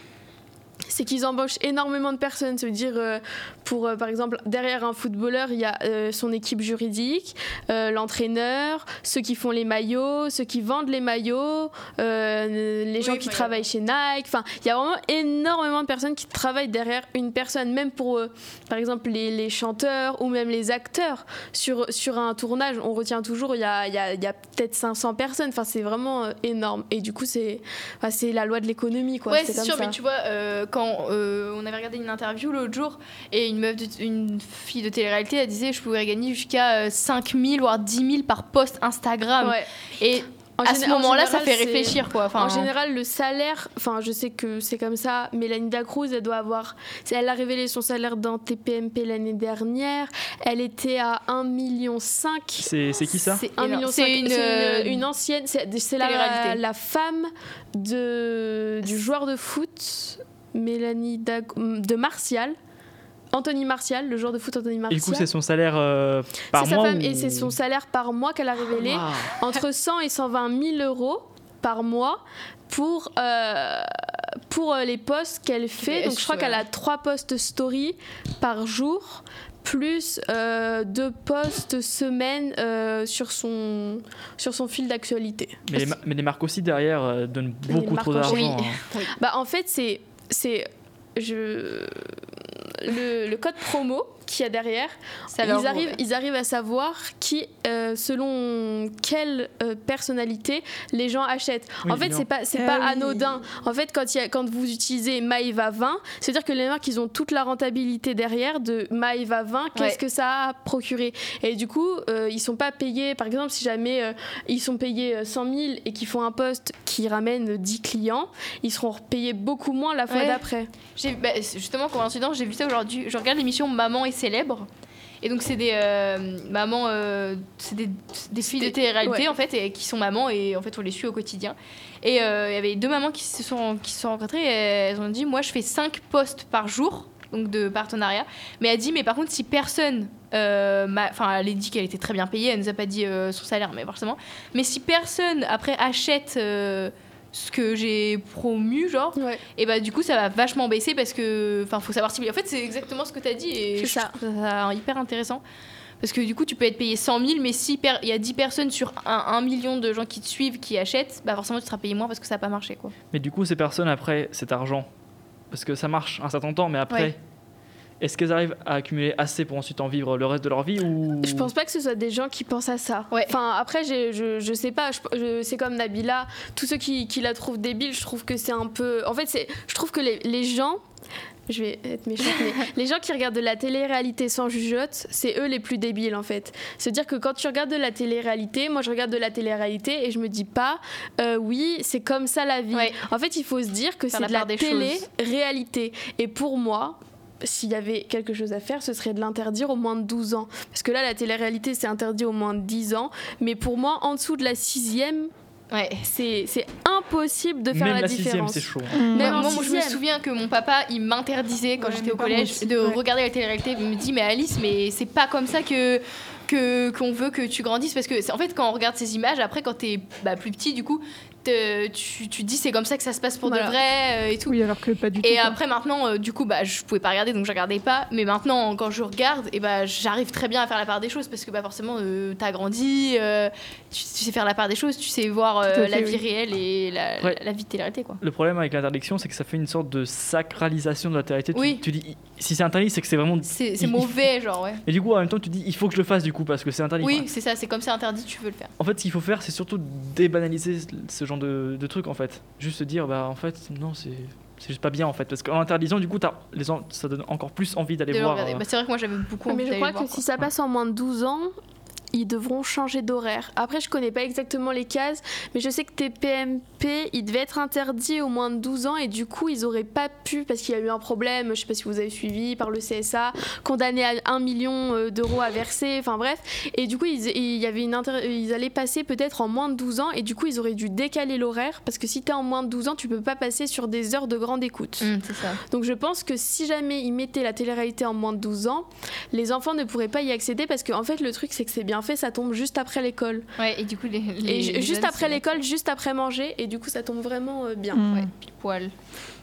S7: c'est qu'ils embauchent énormément de personnes. Ça veut dire, euh, pour, euh, par exemple, derrière un footballeur, il y a euh, son équipe juridique, euh, l'entraîneur, ceux qui font les maillots, ceux qui vendent les maillots, euh, les gens qui travaillent chez Nike. Enfin, il y a vraiment énormément de personnes qui travaillent derrière une personne, même pour, euh, par exemple, les, les chanteurs ou même les acteurs. Sur, sur un tournage, on retient toujours, il y a, il y a- il y a peut-être 500 personnes. Enfin, c'est vraiment euh, énorme. Et du coup, c'est enfin, c'est la loi de l'économie. quoi.
S6: Ouais,
S7: C'est
S6: c'est
S7: comme
S6: sûr,
S7: ça.
S6: mais tu vois, euh, quand euh, on avait regardé une interview l'autre jour, et une meuf, de- une fille de télé-réalité, euh, elle disait je pourrais gagner jusqu'à 5000 voire 10 000 par post Instagram. Et
S7: En
S6: à ce
S7: géné- en
S6: moment-là, ça
S7: général,
S6: fait
S7: c'est-
S6: réfléchir, quoi. Enfin,
S7: en général, le salaire, enfin, je sais que c'est comme ça. Mélanie Dacruz, elle doit avoir. c'est- Elle a révélé son salaire dans TPMP l'année dernière. Elle était à 1,5 million.
S9: C'est c'est qui ça
S7: Eh ben, C'est 1,5 million.
S6: C'est une,
S7: c'est
S6: euh,
S7: une ancienne. C'est c'est la,
S6: télé-réalité.
S7: la femme de, du joueur de foot, Mélanie Dac- de Martial. Anthony Martial, le joueur de foot Anthony
S9: Et
S7: Martial.
S9: du coup, c'est son salaire euh, par
S7: C'est sa
S9: mois
S7: femme
S9: ou-
S7: et c'est son salaire par mois qu'elle a révélé
S9: Wow.
S7: entre 100 et 120 000 euros par mois pour euh, pour euh, les posts qu'elle fait.
S6: Mais
S7: Donc je crois
S6: ouais.
S7: qu'elle a trois posts story par jour plus euh, deux posts semaine euh, sur son sur son fil d'actualité.
S9: Mais les, mar- mais les marques aussi derrière euh, donnent beaucoup trop d'argent. hein.
S7: [LAUGHS] Bah, en fait, c'est c'est je le, le code promo qu'il y a derrière.
S6: Ça leur
S7: Ils
S6: vaut,
S7: arrivent,
S6: ouais.
S7: ils arrivent à savoir qui, euh, selon quelle euh, personnalité les gens achètent.
S6: Oui,
S7: en fait,
S6: évidemment.
S7: c'est pas c'est
S6: Ah
S7: pas
S6: oui.
S7: anodin. En fait, quand il y a- quand vous utilisez Maeva 20, c'est à dire que les marques ils ont toute la rentabilité derrière de Maeva 20. Qu'est-ce
S6: Ouais.
S7: que ça a procuré Et du coup, euh, ils sont pas payés. Par exemple, si jamais euh, ils sont payés euh, 100 000 et qu'ils font un poste qui ramène 10 clients, ils seront payés beaucoup moins la fois
S6: Ouais.
S7: d'après.
S6: J'ai- bah, c'est justement, coïncidence, j'ai vu ça aujourd'hui. Je regarde l'émission Maman est célèbre. Et donc, c'est des euh, mamans, euh, c'est des, c'est des filles de télé-réalité
S7: ouais.
S6: en fait, et qui sont mamans et en fait, on les suit au quotidien. Et euh, il y avait deux mamans qui se sont, qui se sont rencontrées et elles ont dit Moi, je fais 5 postes par jour, donc de partenariat. Mais elle dit Mais par contre, si personne. euh, m'a- Enfin, elle a dit qu'elle était très bien payée, elle nous a pas dit euh, son salaire, mais forcément. Mais si personne après achète. euh, ce que j'ai promu genre et bah du coup ça va vachement baisser parce que enfin faut savoir cibler en fait c'est exactement ce que t'as dit et je trouve ça hyper intéressant parce que du coup tu peux être payé 100 000 mais si per- il y a 10 personnes sur un, un million de gens qui te suivent qui achètent bah forcément tu seras payé moins parce que ça a pas marché quoi
S9: Mais du coup, ces personnes, après cet argent, parce que ça marche un certain temps, mais après,
S6: Ouais.
S9: est-ce qu'elles arrivent à accumuler assez pour ensuite en vivre le reste de leur vie ou...
S7: Je pense pas que ce soit des gens qui pensent à ça. Enfin, après, j'ai- je, je sais pas. je- je- c'est comme Nabila. Tous ceux qui, qui la trouvent débile, je trouve que c'est un peu. En fait, c'est. Je trouve que les, les gens. Je vais être méchante, mais les gens qui regardent de la télé-réalité sans jugeote, c'est eux les plus débiles en fait. C'est-à-dire que quand tu regardes de la télé-réalité, moi je regarde de la télé-réalité et je me dis pas, euh, oui, c'est comme ça la vie. En fait, il faut se dire que
S6: Faire
S7: c'est
S6: la
S7: de la
S6: part des
S7: télé
S6: choses.
S7: réalité. Et pour moi, s'il y avait quelque chose à faire, ce serait de l'interdire au moins de 12 ans. Parce que là, la télé-réalité, c'est interdit au moins de 10 ans. Mais pour moi, en dessous de la sixième, c'est c'est impossible de faire
S9: Même
S7: la,
S9: la sixième,
S7: différence.
S9: c'est chaud. hein.
S8: Mm.
S7: Même en
S6: moi, moi, je me
S7: sixième.
S6: souviens que mon papa il m'interdisait quand j'étais au
S7: moi
S6: collège
S7: aussi,
S6: de
S7: ouais.
S6: regarder la télé-réalité il me dit mais Alice mais c'est pas comme ça que que qu'on veut que tu grandisses parce que c'est- en fait quand on regarde ces images après quand t'es bah, plus petit du coup te- tu, tu dis c'est comme ça que ça se passe pour
S8: Voilà.
S6: de vrai euh, et tout
S8: Oui, alors que pas du tout.
S6: et
S8: quoi.
S6: après maintenant euh, du coup bah je pouvais pas regarder donc je regardais pas mais maintenant quand je regarde et bah j'arrive très bien à faire la part des choses parce que bah forcément euh, t'as grandi euh, tu, tu sais faire la part des choses tu sais voir euh,
S9: Tout à fait,
S6: la vie
S9: oui.
S6: réelle et la,
S9: Ouais.
S6: la vie de télé-réalité quoi
S9: Le problème avec l'interdiction, c'est que ça fait une sorte de sacralisation de la réalité. Tu-
S6: Oui.
S9: Tu, dis, si c'est interdit, c'est que c'est vraiment.
S6: c'est c'est
S9: il- il-
S6: mauvais
S9: [LAUGHS]
S6: genre ouais
S9: Et du coup, en même temps, tu dis, il faut que je le fasse du coup, parce que c'est interdit.
S6: oui
S9: quoi.
S6: c'est ça c'est comme c'est interdit tu veux le faire
S9: En fait, ce qu'il faut faire, c'est surtout débanaliser ce genre de, de truc, en fait. Juste se dire, bah, en fait, non, c'est c'est juste pas bien, en fait. Parce qu'en l'interdisant, du coup, t'as- les gens- ça donne encore plus envie d'aller
S6: de le
S9: voir.
S6: regarder
S9: euh,
S6: bah, c'est vrai que moi j'avais beaucoup
S7: Mais
S6: envie
S7: je
S6: d'aller
S7: crois
S6: le voir,
S7: que si
S6: quoi.
S7: ça passe en moins de 12 ans, ils devront changer d'horaire. Après, je connais pas exactement les cases, mais je sais que TPMP, il devait être interdit au moins de 12 ans et du coup, ils auraient pas pu parce qu'il y a eu un problème, je sais pas si vous avez suivi, par le CSA, condamné à 1 million euh, d'euros à verser, enfin bref. Et du coup, ils, il y avait une inter- ils allaient passer peut-être en moins de 12 ans et du coup, ils auraient dû décaler l'horaire parce que si t'es en moins de 12 ans, tu peux pas passer sur des heures de grande écoute.
S6: Hum, c'est ça
S7: Donc je pense que si jamais ils mettaient la télé-réalité en moins de 12 ans, les enfants ne pourraient pas y accéder parce qu'en en fait le truc c'est que c'est bien fait, ça tombe juste après l'école.
S6: ouais et du coup les, les-
S7: et ju-
S6: les
S7: juste
S6: jeunes,
S7: après
S6: c'est- Mm.
S7: l'école, juste après manger, et du coup ça tombe vraiment euh,
S8: Mm.
S7: bien.
S6: Ouais, pile poil.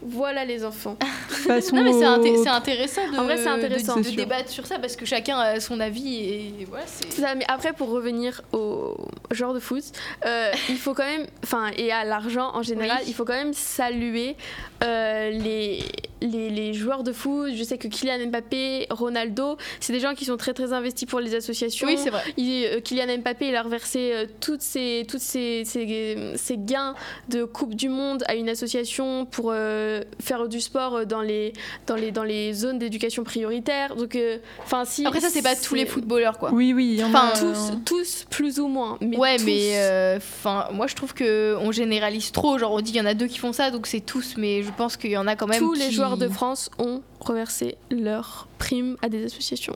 S7: Voilà les enfants. [LAUGHS]
S8: Passons
S6: non mais c'est inté-
S8: au-
S6: c'est intéressant de,
S7: En vrai, c'est
S6: de-
S7: intéressant.
S6: de
S7: C'est sûr.
S6: débattre sur ça parce que chacun a son avis et voilà c'est
S7: Ça, mais après, pour revenir au genre de foot, euh, il faut quand même, enfin, et à l'argent en général,
S6: Oui.
S7: il faut quand même saluer euh, les les, les joueurs de foot, je sais que Kylian Mbappé, Ronaldo, c'est des gens qui sont très très investis pour les associations.
S6: Oui, c'est vrai.
S7: Il- euh, Kylian Mbappé, il a reversé euh, toutes ses, toutes ses, ses- ses gains de Coupe du Monde à une association pour euh, faire du sport euh, dans les, dans les, dans les zones d'éducation prioritaire. Donc, euh, enfin, si,
S6: Après, ça, c'est pas tous les footballeurs, quoi.
S8: Oui, oui, il y en
S6: Enfin,
S7: Enfin,
S6: euh,
S7: tous, tous plus ou moins. Mais
S6: ouais,
S7: tous.
S6: mais euh, enfin, moi je trouve que on généralise trop. Genre, on dit il y en a deux qui font ça, donc c'est tous. Mais je pense qu'il y en a quand même.
S7: Tous les
S6: qui-
S7: joueurs de France ont reversé leur prime à des associations.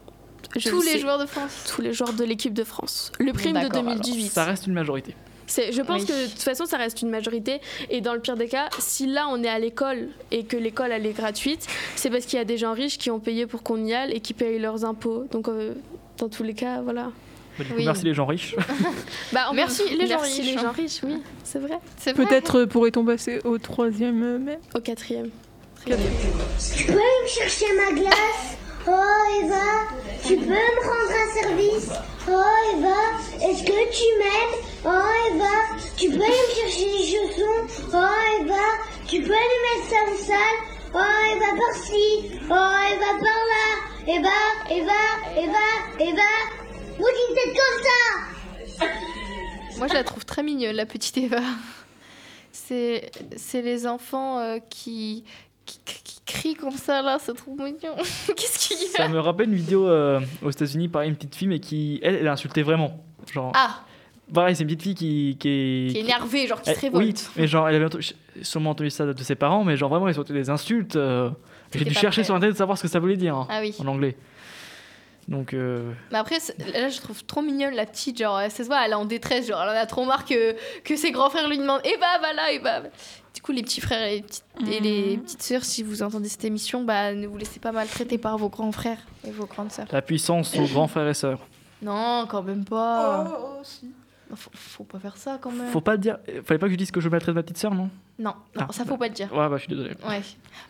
S7: Je
S6: Tous
S7: le
S6: les
S7: sais.
S6: joueurs de France.
S7: Tous les joueurs de l'équipe de France. Le
S6: Bon,
S7: prime de
S6: d'accord, alors.
S7: 2018.
S9: Ça reste une majorité.
S7: C'est- Je pense
S9: Oui.
S7: que de toute façon, ça reste une majorité. Et dans le pire des cas, si là on est à l'école et que l'école elle est gratuite, c'est parce qu'il y a des gens riches qui ont payé pour qu'on y aille et qui payent leurs impôts. Donc euh, dans tous les cas, voilà.
S9: Bah, du coup,
S7: Oui.
S9: merci les gens
S6: [LAUGHS]
S9: riches.
S7: Bah, on-
S6: Merci, les gens
S7: merci
S6: riches. hein.
S7: les gens riches, hein. oui, c'est vrai.
S8: Peut-être euh, pourrait-on passer au troisième euh, mai
S7: Au quatrième.
S15: Tu peux me chercher ma glace Oh Eva, tu peux me rendre un service Oh Eva, est-ce que tu m'aimes Oh Eva, tu peux aller me chercher les chaussons Oh Eva, tu peux aller mettre ça au sale Oh Eva par-ci Oh Eva par-là Eva, Eva, Eva, Eva Vous dites tête comme ça
S6: Moi, je la trouve très mignonne, la petite Eva. [LAUGHS] C'est c'est les enfants euh, qui, qui, qui crient comme ça, là, c'est trop mignon. [LAUGHS] Qu'est-ce qu'il y
S9: Ça
S6: a
S9: me rappelle une vidéo euh, aux États-Unis, pareil, une petite fille, mais qui, elle, elle a insulté vraiment. Genre,
S6: Ah,
S9: pareil, c'est une petite fille qui, qui,
S6: qui est énervée, genre qui
S9: Eh,
S6: se révolte.
S9: Oui, mais genre, elle avait entendu- sûrement entendu ça de ses parents, mais genre vraiment, ils ont des insultes. euh, J'ai
S6: T'étais
S9: dû
S6: pas
S9: chercher
S6: prêt.
S9: sur internet de savoir ce que ça voulait dire hein,
S6: Ah oui.
S9: en anglais. Donc, euh,
S6: Mais après, c'est- là, je trouve trop mignonne la petite. Genre, euh, ça se voit, elle est en détresse. Genre, elle en a trop marre que, que ses grands frères lui demandent Eh bah, va là, eh bah. va. Du coup, les petits frères et les petites, et
S8: Mmh.
S6: les petites sœurs, si vous entendez cette émission, bah, ne vous laissez pas maltraiter par vos grands frères et vos grandes sœurs.
S9: la puissance aux grands frères et sœurs.
S6: Non, quand même
S8: Oh,
S6: pas. Faut, faut pas faire ça quand même.
S9: Faut pas dire. euh, Fallait pas que je dise que je maltraite ma petite sœur, non
S6: Non, non,
S9: Ah,
S6: ça faut pas le dire.
S9: Ouais, bah je suis désolé.
S6: Ouais.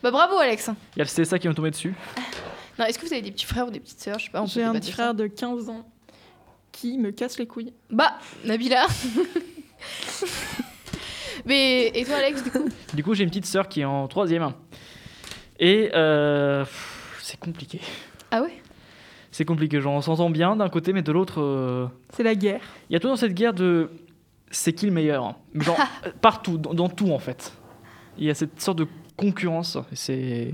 S6: Bah bravo Alex.
S9: Il y a le CSA qui va me tomber dessus.
S6: Non, est-ce que vous avez des petits frères ou des petites sœurs Je sais pas, on peut
S8: J'ai un
S6: débattre
S8: petit
S6: de ça.
S8: frère de 15 ans qui me casse les couilles.
S6: Bah, Nabila. [LAUGHS] Mais et toi Alex du coup
S9: Du coup, j'ai une petite sœur qui est en troisième. Et euh, pff, c'est compliqué.
S6: Ah ouais
S9: C'est compliqué, genre on s'entend bien d'un côté, mais de l'autre. euh,
S8: C'est la guerre.
S9: Il y a tout dans cette guerre de c'est qui le meilleur
S6: [LAUGHS]
S9: Genre euh, partout, dans, dans tout en fait. Il y a cette sorte de concurrence. et C'est.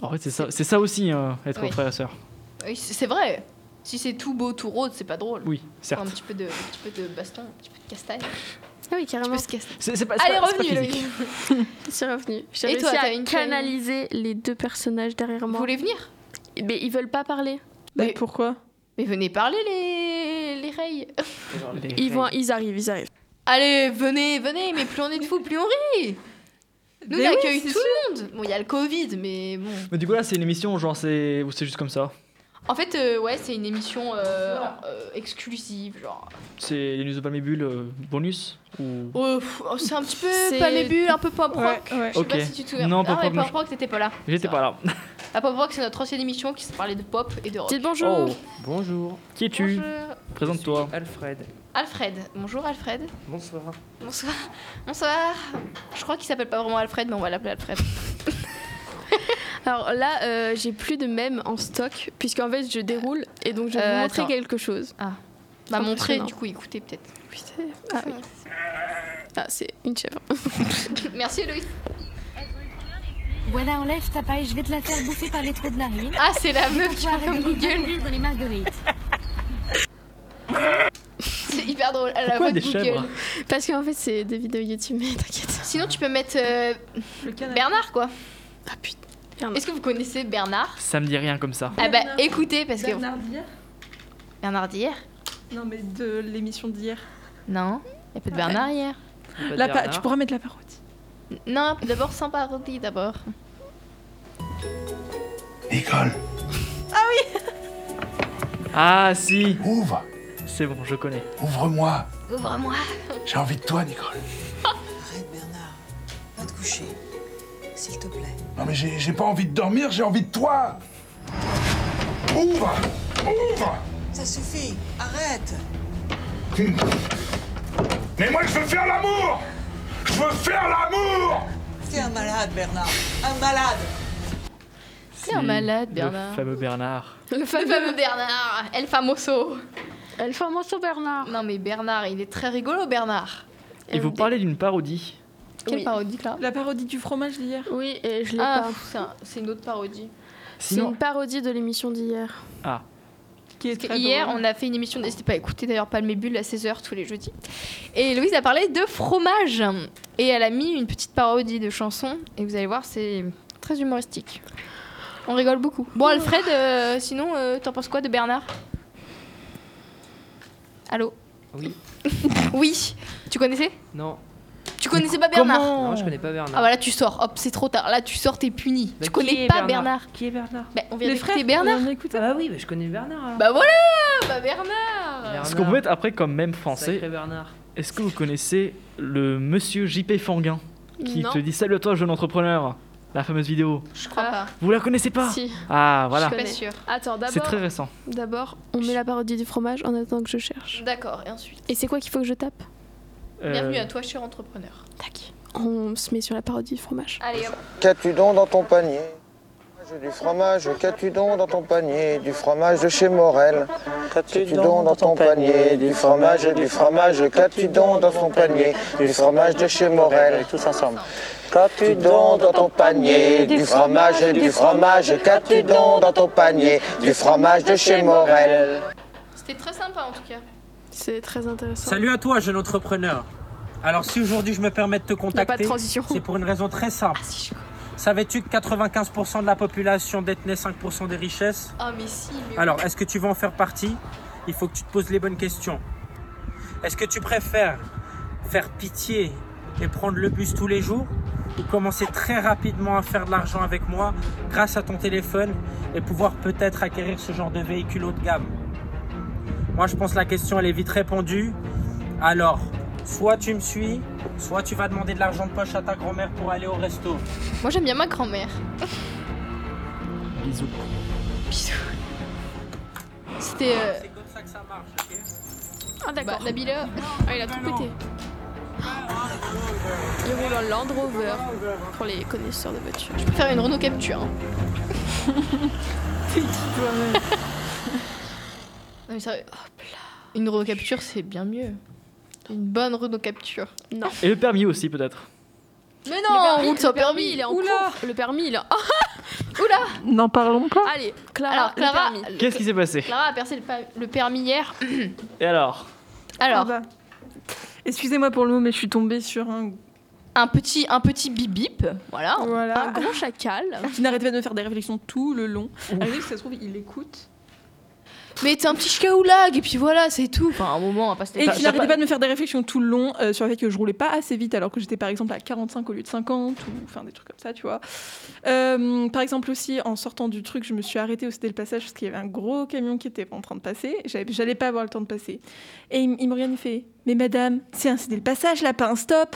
S9: En fait, c'est ça, c'est ça aussi, euh, être
S6: Oui.
S9: frère et sœur.
S6: Oui, c- c'est vrai. Si c'est tout beau, tout rose, c'est pas drôle.
S9: Oui, certes.
S6: Faut Un petit peu de un petit peu de baston, un petit peu de castagne.
S7: Ah oui, carrément.
S9: C'est- c'est pas- c'est
S6: Allez,
S9: pas- c'est pas
S6: revenu
S9: physique.
S7: Je suis revenue. J'ai
S6: Et
S7: réussi
S6: toi, t'as
S7: à
S6: une
S7: canaliser les deux personnages derrière moi. Vous
S6: voulez venir
S7: Mais ils veulent pas parler.
S9: Bah,
S8: mais pourquoi
S6: Mais venez parler les les reilles.
S7: Ils vont, ils arrivent, ils arrivent.
S6: Allez, venez, venez, mais plus on est de fous, plus on rit. Nous on
S7: Mais oui,
S6: accueille
S7: c'est
S6: tout le monde. Bon, il y a le Covid, mais bon.
S9: Mais du coup, là, c'est une émission, genre, c'est ou c'est juste comme ça.
S6: En fait, euh, ouais, c'est une émission euh, euh, exclusive, genre.
S9: C'est les news de Palmébule euh, bonus ou...
S6: Euh, pff, oh, c'est un petit peu
S7: C'est-
S6: pas mes bulles, un peu pop rock.
S8: Ouais, ouais.
S6: Je sais
S9: Ok.
S6: pas si tu te souviens.
S9: Non,
S6: ah,
S9: pop
S6: mais
S9: rock, non,
S6: pop
S9: je-
S6: rock, t'étais pas là.
S9: J'étais pas là.
S6: La pop rock, c'est notre ancienne émission qui se parlait de pop et de rock.
S7: Dites
S9: Oh, bonjour. Qui es-tu
S6: Bonjour.
S9: Présente-toi.
S5: Alfred.
S6: Alfred. Bonjour Alfred.
S5: Bonsoir.
S6: Bonsoir. Bonsoir. Je crois qu'il s'appelle pas vraiment Alfred, mais on va l'appeler Alfred.
S7: Alors là, euh, j'ai plus de mèmes en stock, puisqu'en fait, je déroule et donc je vais
S6: Euh,
S7: vous montrer
S6: attends.
S7: quelque chose.
S6: Ah. Bah montrer,
S7: Impressionnant.
S6: du coup, écoutez peut-être.
S7: Ah oui. Ah, c'est une chèvre.
S6: [LAUGHS] Merci Loïs.
S16: Voilà, enlève ta paille, je vais te la faire bouffer par les trous de narine.
S6: Ah, c'est la meuf qui
S16: va
S6: parle comme Google.
S16: dans les marguerites.
S6: [LAUGHS] C'est hyper drôle. Elle a la
S7: Pourquoi
S6: voix de
S7: des
S6: Google.
S7: chèvres Parce qu'en fait, c'est des vidéos YouTube, mais t'inquiète.
S6: Sinon, tu peux mettre euh, Bernard, quoi. Ah
S7: putain.
S6: Est-ce que vous connaissez Bernard
S9: Ça me dit rien comme ça.
S6: Ah bah écoutez, parce que.
S8: Bernard d'hier
S6: Bernard d'hier
S8: Non, mais de l'émission d'hier.
S6: Non, il n'y a pas de Bernard hier.
S8: La pa- Tu pourras mettre la parodie.
S6: Non, d'abord sans parodie, d'abord.
S9: Nicole.
S6: Ah oui
S9: Ah si Ouvre C'est bon, je connais. Ouvre-moi
S6: Ouvre-moi
S9: J'ai envie de toi, Nicole.
S14: Va te coucher, s'il te plaît.
S17: Non mais j'ai j'ai pas envie de dormir, j'ai envie de toi Ouvre Ouvre
S14: Ça suffit, arrête.
S17: Mais moi je veux faire l'amour Je veux faire l'amour
S18: T'es un malade, Bernard. Un malade.
S6: C'est un malade, Bernard.
S9: Le fameux Bernard.
S6: Le fameux Bernard, El Famoso. El Famoso Bernard. Non mais Bernard, il est très rigolo Bernard.
S9: Et vous parlez d'une parodie.
S6: Quelle parodie là
S8: La parodie du fromage d'hier.
S7: Oui, et je l'ai
S6: Ah,
S7: pas.
S6: pff, c'est un- C'est une autre parodie.
S7: C'est une parodie de l'émission d'hier.
S9: Ah.
S6: Parce que hier, on a fait une émission, n'hésitez pas à écouter d'ailleurs Palmébule à 16h tous les jeudis. Et Louise a parlé de fromage. Et elle a mis une petite parodie de chanson. Et vous allez voir, c'est très humoristique. On rigole beaucoup. Bon, Alfred, euh, sinon, euh, t'en penses quoi de Bernard Allô
S19: Oui.
S6: [LAUGHS] Oui. Tu connaissais
S19: Non.
S6: Tu connaissais pas Bernard
S19: Non, je connais pas Bernard.
S6: Ah bah là tu sors, hop c'est trop tard, là tu sors t'es puni.
S19: Bah,
S6: tu
S19: qui
S6: connais
S19: est
S6: pas Bernard,
S19: Bernard Qui est Bernard
S6: Bah on vient
S19: Les
S6: d'écouter
S19: frères,
S6: Bernard.
S19: on Ah bah oui, mais je connais Bernard. alors.
S6: Bah voilà, bah Bernard.
S9: Ce qu'on peut mettre après comme même français.
S19: Sacré Bernard.
S9: Est-ce que vous connaissez le monsieur JP Fanguin qui
S6: Non.
S9: te dit Salut à toi, jeune entrepreneur La fameuse vidéo.
S6: Je crois pas.
S9: Vous la connaissez
S20: Bah.
S9: pas
S7: Si.
S9: Ah voilà.
S7: Je connais. Attends,
S6: Ah
S7: d'abord.
S9: C'est très récent.
S7: D'abord, on met la parodie du fromage en attendant que je cherche.
S6: D'accord, et ensuite.
S7: Et c'est quoi qu'il faut que je tape
S9: Euh.
S6: Bienvenue à toi cher entrepreneur.
S7: Tac. On se met sur la parodie du fromage.
S6: Allez hop.
S21: Qu'as-tu donc dans ton panier Du fromage, qu'as-tu donc dans ton panier Du fromage de chez Morel. Qu'as-tu donc dans ton panier Du fromage, du fromage, qu'as-tu donc dans ton panier Du fromage de chez Morel. Tous ensemble. Qu'as-tu donc dans ton panier Du fromage, du fromage, qu'as-tu donc dans ton panier Du fromage de chez Morel.
S6: C'était très sympa en tout cas.
S7: C'est très intéressant.
S20: Salut à toi, jeune entrepreneur. Alors, si aujourd'hui je me permets de te contacter, c'est pour une raison très simple. Savais-tu que 95% de la population détenait 5% des richesses
S6: Ah mais si. Mais
S20: Alors, est-ce que tu veux en faire partie Il faut que tu te poses les bonnes questions. Est-ce que tu préfères faire pitié et prendre le bus tous les jours ou commencer très rapidement à faire de l'argent avec moi grâce à ton téléphone et pouvoir peut-être acquérir ce genre de véhicule haut de gamme Moi, je pense que la question elle est vite répondue. Alors, soit tu me suis, soit tu vas demander de l'argent de poche à ta grand-mère pour aller au resto.
S6: Moi j'aime bien ma grand-mère.
S9: Bisous.
S6: C'était. euh,
S20: C'est comme ça que ça marche, ok
S7: Ah d'accord.
S6: Bah, Nabila.
S7: Ah, il a tout pété. Il roule en Land Rover pour les connaisseurs de voitures.
S6: Je préfère une Renault Capture. hein. [LAUGHS] Non, mais sérieux. Une Renault Capture c'est bien mieux. Une bonne Renault Capture.
S7: Non.
S9: Et le permis aussi peut-être.
S6: Mais
S7: Le
S6: non,
S7: permis,
S6: on roule sans
S7: le permis,
S6: permis.
S7: il est en
S6: Oula.
S7: cours. Le permis, il oh, est en...
S6: Oula.
S9: N'en parlons pas.
S7: Allez, Clara,
S6: Alors, Clara,
S7: le permis.
S9: Qu'est-ce qui s'est passé
S6: Clara a percé le, pa- le permis hier.
S9: Et alors
S8: Ah
S6: Alors.
S8: bah. Excusez-moi pour le mot, mais je suis tombée sur un.
S6: Un petit, un petit bip bip, voilà.
S8: voilà.
S6: Un gros chacal.
S8: Oh. Ah. Qui n'arrête pas de me faire des réflexions tout le long. Arrivé que ça se trouve, il écoute.
S6: Mais t'es un petit chkaoulag et puis voilà, c'est tout. Enfin, un moment, on va pas se
S8: Et qui n'arrêtait pas de me faire des réflexions tout le long euh, sur le fait que je roulais pas assez vite alors que j'étais par exemple à 45 au lieu de 50 ou enfin des trucs comme ça, tu vois. Euh, par exemple aussi en sortant du truc, je me suis arrêtée aussi dès le passage parce qu'il y avait un gros camion qui était en train de passer. J'avais- J'allais pas avoir le temps de passer. Et il, m- il me regarde, il fait "Mais madame, c'est un c'est dès le passage là, pas un stop."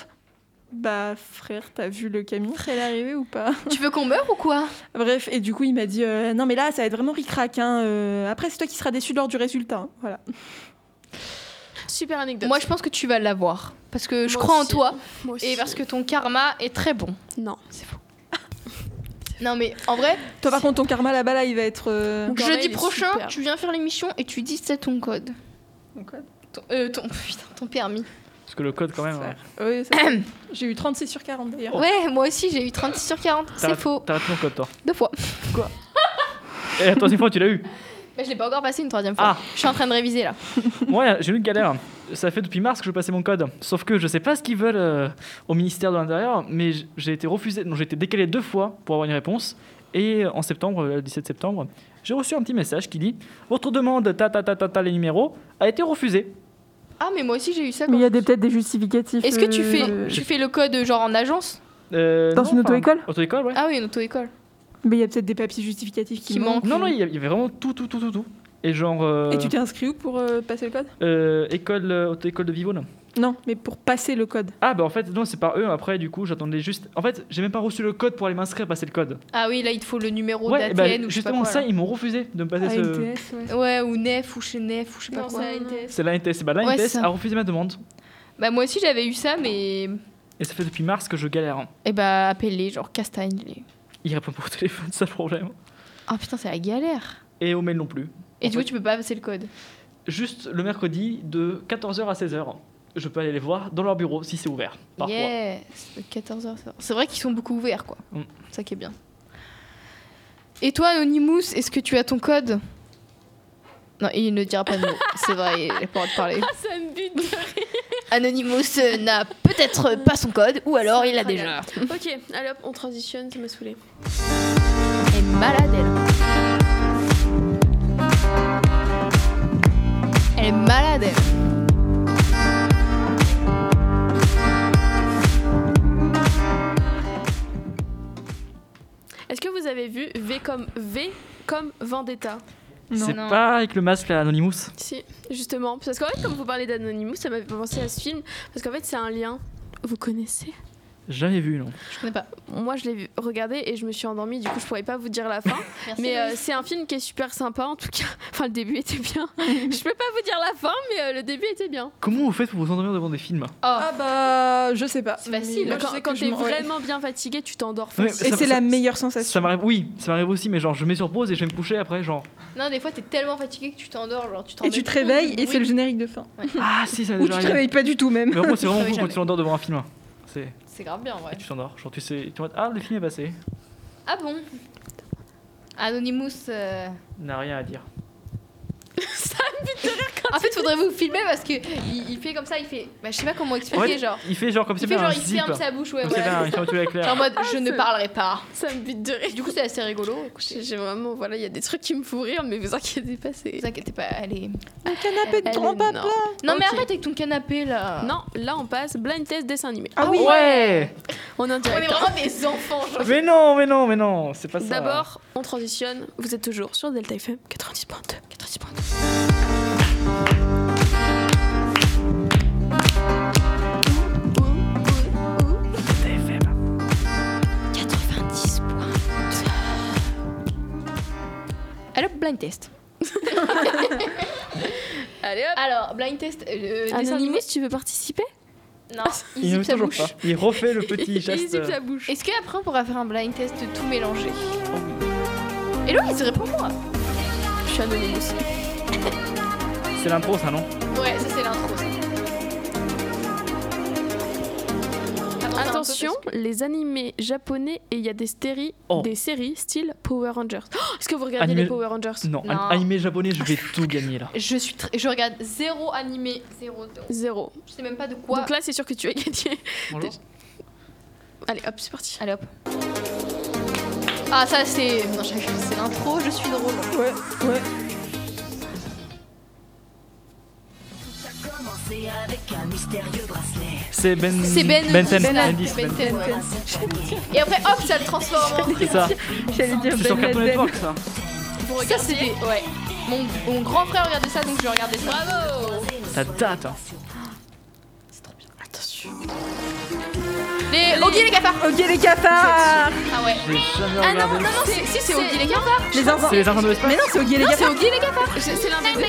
S8: Bah frère, t'as vu le camion Elle est arrivée ou pas
S6: Tu veux qu'on meure ou quoi
S8: Bref, et du coup il m'a dit euh, non mais là ça va être vraiment ric-rac. Hein, euh, après c'est toi qui seras déçu lors du résultat. hein, Voilà.
S7: Super anecdote.
S6: Moi, je pense que tu vas l'avoir. Parce que je
S7: Moi
S6: crois
S7: aussi.
S6: en toi.
S7: Moi
S6: Et
S7: aussi.
S6: parce que ton karma est très bon.
S7: Non.
S6: C'est faux. non, mais en vrai.
S8: Toi par contre ton karma là-bas là il va être. euh,
S6: jeudi prochain, tu viens faire l'émission et tu dis c'est ton code.
S8: Mon code
S6: Ton, euh, ton- [LAUGHS] putain, ton permis.
S9: Parce que le code quand même. hein.
S8: Ah Oui, ça- j'ai eu 36 sur 40 d'ailleurs.
S6: Ouais, moi aussi j'ai eu 36 sur 40. C'est
S9: T'arrêtes-
S6: faux.
S9: T'arrêtes ton code toi. Eh,
S6: Deux fois.
S9: Quoi Et la troisième fois tu
S6: [LAUGHS]
S9: l'as eu.
S6: Mais je l'ai pas encore passé une troisième
S9: Ah.
S6: fois. Je suis en train de réviser là.
S9: Moi, j'ai eu une galère. Ça fait depuis mars que je passais mon code. Sauf que je sais pas ce qu'ils veulent euh, au ministère de l'Intérieur, mais j- j'ai été refusé. Donc j'ai été décalé deux fois pour avoir une réponse. Et euh, en septembre, le 17 septembre, j'ai reçu un petit message qui dit Votre demande, ta ta ta ta ta les numéros, a été refusée.
S6: Ah, mais moi aussi j'ai eu ça.
S8: Mais il y a des- peut-être des justificatifs.
S6: Est-ce que tu
S8: euh,
S6: fais, tu fais le code genre en agence
S9: Euh,
S8: Dans
S9: non,
S8: une
S9: enfin,
S8: auto-école
S9: Auto-école, ouais.
S6: Ah oui, une auto-école.
S8: Mais il y a peut-être des papiers justificatifs qui, manquent.
S9: Non, non, il y avait vraiment tout, tout, tout, tout. tout. Et genre. euh,
S8: Et tu t'es inscrit où pour euh, passer le code
S9: euh, école, euh, auto-école de Vivonne.
S8: Non, mais pour passer le code.
S9: Ah bah en fait non c'est par eux après du coup j'attendais juste en fait j'ai même pas reçu le code pour aller m'inscrire passer le code
S6: Ah oui, là il te faut le numéro
S9: Ouais,
S6: d'ATN
S9: bah,
S6: ou je sais pas
S9: justement
S6: quoi, Ah,
S9: ça
S6: là.
S9: ils m'ont refusé de me
S8: Ah,
S9: passer
S8: euh,
S9: ce
S6: ouais. ou Nef, ou chez Nef, ou je sais pas quoi.
S9: c'est l'ANTS bah
S6: Ouais,
S9: l'ANTS
S6: c'est ça.
S9: a refusé ma demande
S6: Bah moi aussi j'avais eu ça, mais...
S9: et et ça fait depuis mars que je galère. hein.
S6: Et bah, appelle-les, genre castagne-les.
S9: Il répond pas au [LAUGHS] téléphone, c'est ça le problème.
S6: Ah putain, c'est la galère.
S9: Et au mail non plus.
S6: Et
S9: En
S6: du coup,
S9: fait-
S6: tu peux pas passer le code.
S9: Juste le mercredi de 14h à 16h. Je peux aller les voir dans leur bureau si c'est ouvert. Parfois.
S6: Yes, 14h. C'est vrai qu'ils sont beaucoup ouverts, quoi.
S9: Mm.
S6: C'est Ça qui est bien. Et toi, Anonymous, est-ce que tu as ton code Non, il ne dira pas [LAUGHS] de mots. C'est vrai, il n'a pas le droit de parler.
S7: Ça me bute de rire.
S6: Anonymous euh, n'a peut-être pas son code, ou alors il l'a déjà.
S7: Incroyable. [LAUGHS] Ok, allez hop, on transitionne, ça m'a saoulé.
S6: Et malade, elle. Elle est malade, elle.
S7: Est-ce que vous avez vu V comme V comme Vendetta
S9: C'est pas avec le masque là, Anonymous
S7: Si, justement. Parce qu'en fait, comme vous parlez d'Anonymous, ça m'avait fait penser à ce film. Parce qu'en fait, c'est un lien. Vous connaissez
S9: Jamais vu, non.
S6: Je connais pas.
S7: Moi, je l'ai vu- regardé et je me suis endormie. Du coup, je pourrais pas vous dire la fin.
S6: Merci,
S7: mais euh,
S6: Loïs.
S7: c'est un film qui est super sympa, en tout cas. [LAUGHS] Enfin, le début était [LAUGHS] bien. je peux pas vous dire la fin, mais euh, le début était bien.
S9: Comment vous faites pour vous endormir devant des films
S8: Ah bah, je sais pas. C'est
S7: Facile. quand quand t'es vraiment bien fatigué, tu t'endors facile.
S8: Et c'est la meilleure sensation.
S9: Ça m'arrive, oui, ça m'arrive aussi, mais genre je mets sur pause et je vais me coucher
S8: [LAUGHS]
S9: après, genre.
S6: euh, Non, des fois, t'es tellement fatigué que tu t'endors, genre tu
S8: Et tu te réveilles et c'est le générique de fin.
S9: Ah si, ça a
S8: Ou
S9: déjà
S8: tu te
S9: arrivé.
S8: réveilles pas du tout même.
S9: Mais vraiment, c'est vraiment
S8: Je savais
S9: cool quand tu
S8: jamais.
S9: t'endors devant un film. C'est.
S6: C'est grave bien, ouais.
S9: Et tu t'endors, genre tu sais, tu vois, ah le film est passé,
S6: Ah bon Anonymous. euh,
S9: n'a rien à dire.
S6: En fait, faudrait vous filmer parce que il, il fait comme ça, il fait. Bah, je sais pas comment
S9: En
S6: expliquer,
S9: fait,
S6: genre.
S9: Il fait genre comme
S6: Il
S9: c'est
S6: fait
S9: bien
S6: genre,
S9: un
S6: il
S9: zip.
S6: ferme sa bouche, ouais,
S9: Comme
S6: voilà.
S9: c'est bien, il ferme tout
S6: [LAUGHS]
S9: la
S6: Genre en mode, je ne
S7: c'est-
S6: parlerai pas.
S7: [LAUGHS] Ça me bute de rire.
S6: Du coup, c'est assez rigolo.
S7: J'ai j'ai vraiment, voilà, il y a des trucs qui me font rire, mais vous inquiétez pas, c'est.
S6: Vous inquiétez pas, allez.
S8: Le canapé de
S7: Elle
S8: grand
S7: est
S8: papa.
S6: Non, mais arrête avec ton canapé là.
S7: Non, là on passe blind test dessin animé.
S8: Ah oui.
S9: Ouais
S7: On est en
S6: On est
S7: direct. hein.
S6: vraiment des enfants, [LAUGHS] genre.
S9: Mais non, mais non, mais non, c'est pas ça.
S7: D'abord, on transitionne. Vous êtes toujours sur Delta FM 90.2. 90.2.
S6: Alors, blind [LAUGHS] test.
S7: Allez hop.
S6: Alors, blind test. Euh, dessin animé.
S7: Anonymous, tu veux participer
S6: Non, il
S9: il ne
S6: zippe
S9: veut
S6: sa
S9: toujours
S6: bouche.
S9: pas. Il refait le petit
S7: Il
S9: geste.
S7: zippe sa bouche.
S6: Est-ce qu'après on pourra faire un blind test de tout mélanger
S9: Oh
S6: Héloïse, réponds-moi
S7: Je suis Anonymous.
S9: C'est l'impro, ça non
S6: Ouais, ça c'est l'intro. ça. Attends, un peu
S7: Attention, les animés japonais et il y a des, stéri-
S9: Oh.
S7: des séries style Power Rangers. Oh, Est-ce que vous regardez
S9: Animé-
S7: les Power Rangers
S9: Non,
S6: Non.
S9: animé japonais, je vais tout gagner là.
S6: Je suis très- je regarde zéro animé, zéro, zéro.
S7: Zéro.
S6: Je sais même pas de quoi.
S7: Donc là, c'est sûr que tu as gagné.
S9: Bonjour.
S7: [LAUGHS] Allez, hop, c'est parti.
S6: Allez hop. Ah ça c'est non, je- c'est l'intro, je suis drôle.
S8: Ouais, ouais.
S16: Commencez avec un mystérieux bracelet.
S9: C'est Ben.
S6: C'est Ben
S9: Ben Ten.
S6: Ben-
S9: Ben 10,
S6: Ben
S9: Ben 10.
S6: Ten. Et après hop, ça le transforme.
S9: C'est ça.
S8: J'allais dire
S9: C'est sur
S8: Ben
S9: Cartoon
S8: Laden.
S9: Network ça.
S6: en- Ça c'est des- ouais. Mon, mon grand frère regardait ça donc je regardais ça. Bravo.
S9: Ça date. hein.
S7: Attention.
S6: Les Oggy les cafards.
S8: Ok les cafards
S6: Ah ouais.
S9: J'ai jamais
S6: Ah non, non
S9: regardé.
S6: non, c'est si c'est Oggy les cafards.
S8: Les enfants.
S9: C'est les enfants de l'espace
S8: Mais non, c'est Oggy et les
S6: Non, c'est
S8: cafards.
S6: Oggy les cafards.
S7: C'est c'est l'un des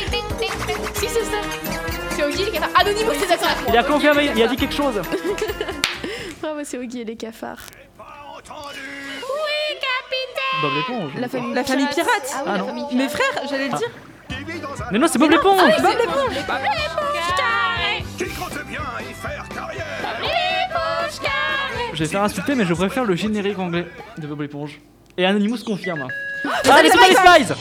S6: Si c'est ça. C'est Oggy les cafards. Anonymous c'est ça. ça.
S9: Il a confirmé, il a dit quelque chose.
S7: Bravo, c'est Oggy et les cafards.
S9: Bob l'éponge.
S7: La famille,
S8: La famille
S7: pirate.
S8: pirate.
S6: Ah oui,
S9: Ah
S6: la
S9: non.
S6: famille.
S8: Mes frères, j'allais le
S9: Ah.
S8: dire.
S9: Mais non, c'est Bob l'éponge.
S8: Bob l'éponge.
S9: Je vais faire insulter, mais je préfère le générique anglais de Bob l'éponge. Et Anonymous confirme.
S8: Ah,
S9: Ah,
S8: les
S9: les Spice Spice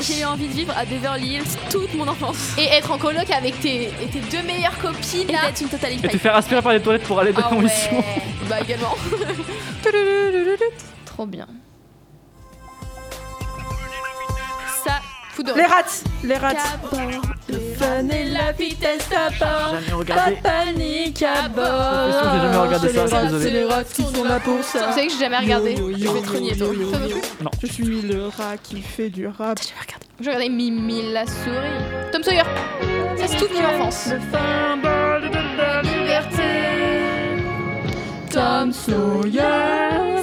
S7: J'ai eu envie de vivre à Beverly Hills toute mon enfance.
S6: Et être en coloc avec tes, et tes deux meilleures copines
S7: Et
S6: là.
S7: d'être une totale
S9: Et te
S7: hype.
S9: faire aspirer par les toilettes pour aller
S6: Ah [LAUGHS]
S9: dans l'émission.
S6: ouais.
S7: Bah
S8: [LAUGHS]
S7: également.
S6: Trop bien.
S7: Ça,
S6: Fou de
S8: Les
S6: rire.
S8: rats. Les rats.
S7: cabot.
S8: Fun et la vitesse à bord.
S9: Jamais
S8: Pas
S9: regardé.
S8: de panique à bord.
S9: question, j'ai jamais regardé
S8: C'est
S9: ça,
S8: les
S9: c'est
S8: rats,
S9: désolé.
S8: C'est les rats qui sont là pour ça.
S6: Vous savez que j'ai jamais regardé.
S8: Yo, yo,
S6: je
S8: yo,
S6: vais trop nier
S8: yo,
S6: toi.
S8: yo,
S6: Toi non
S8: yo.
S6: plus
S8: Je suis le rat qui fait du rap.
S6: Je regardais Mimi la souris. Tom Sawyer. Ça c'est toute mon enfance.
S8: Tom Sawyer,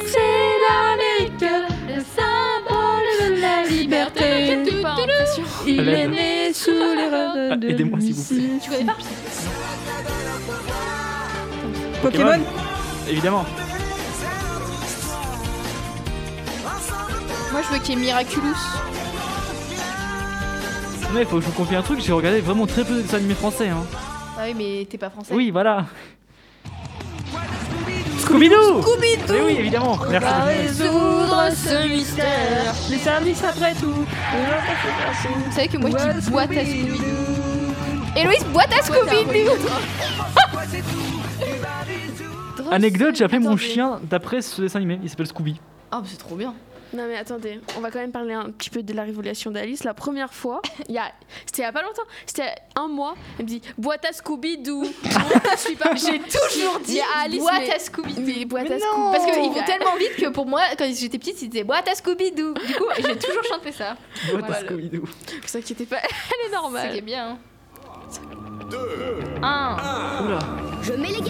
S8: c'est l'Amérique, le symbole de la liberté.
S7: J'ai pas l'impression.
S8: Il
S9: Elle
S8: est
S9: aide.
S8: né sous les rêves de
S9: Ah, aidez-moi, s'il vous plaît.
S8: Lucie.
S6: Tu connais pas
S8: Pokémon
S9: Évidemment.
S6: Moi, je veux qu'il y ait Miraculous.
S9: Mais il faut que je vous confie un truc, j'ai regardé vraiment très peu de dessins animés français. Hein.
S6: Ah oui, mais t'es pas français.
S9: Oui, voilà. Scooby-Doo
S6: Scooby-Doo
S9: Mais oui, évidemment. Merci.
S6: va résoudre ce mystère.
S8: Les services après tout.
S6: Vous savez que moi, je dis boîte à Scooby-Doo. Héloïse, boîte à Scooby-Doo
S9: Anecdote, j'ai appelé mon chien d'après ce dessin animé. Il s'appelle Scooby.
S6: Ah, mais c'est trop bien.
S7: Non mais attendez, on va quand même parler un petit peu de la révélation d'Alice. La première fois, [LAUGHS] il y a, c'était il y a pas longtemps, c'était il y a un mois, elle me dit boîte à Scooby-Doo. Je suis pas-
S6: [LAUGHS] J'ai toujours dit
S7: Il y a Alice,
S6: boîte
S7: mais-
S6: à Scooby-Doo.
S7: mais boîte
S6: Mais
S7: à
S6: non.
S7: Scooby-Doo.
S6: Parce qu'ils vont tellement vite que pour moi, quand j'étais petite, ils disaient boîte à Scooby-Doo. Du coup, j'ai toujours chanté ça.
S9: Boîte à
S6: Voilà.
S9: Scooby-Doo.
S7: Vous inquiétez pas, elle est normale.
S6: C'est qui est bien. hein. Ah, 1.
S9: Oula.
S6: Je mets les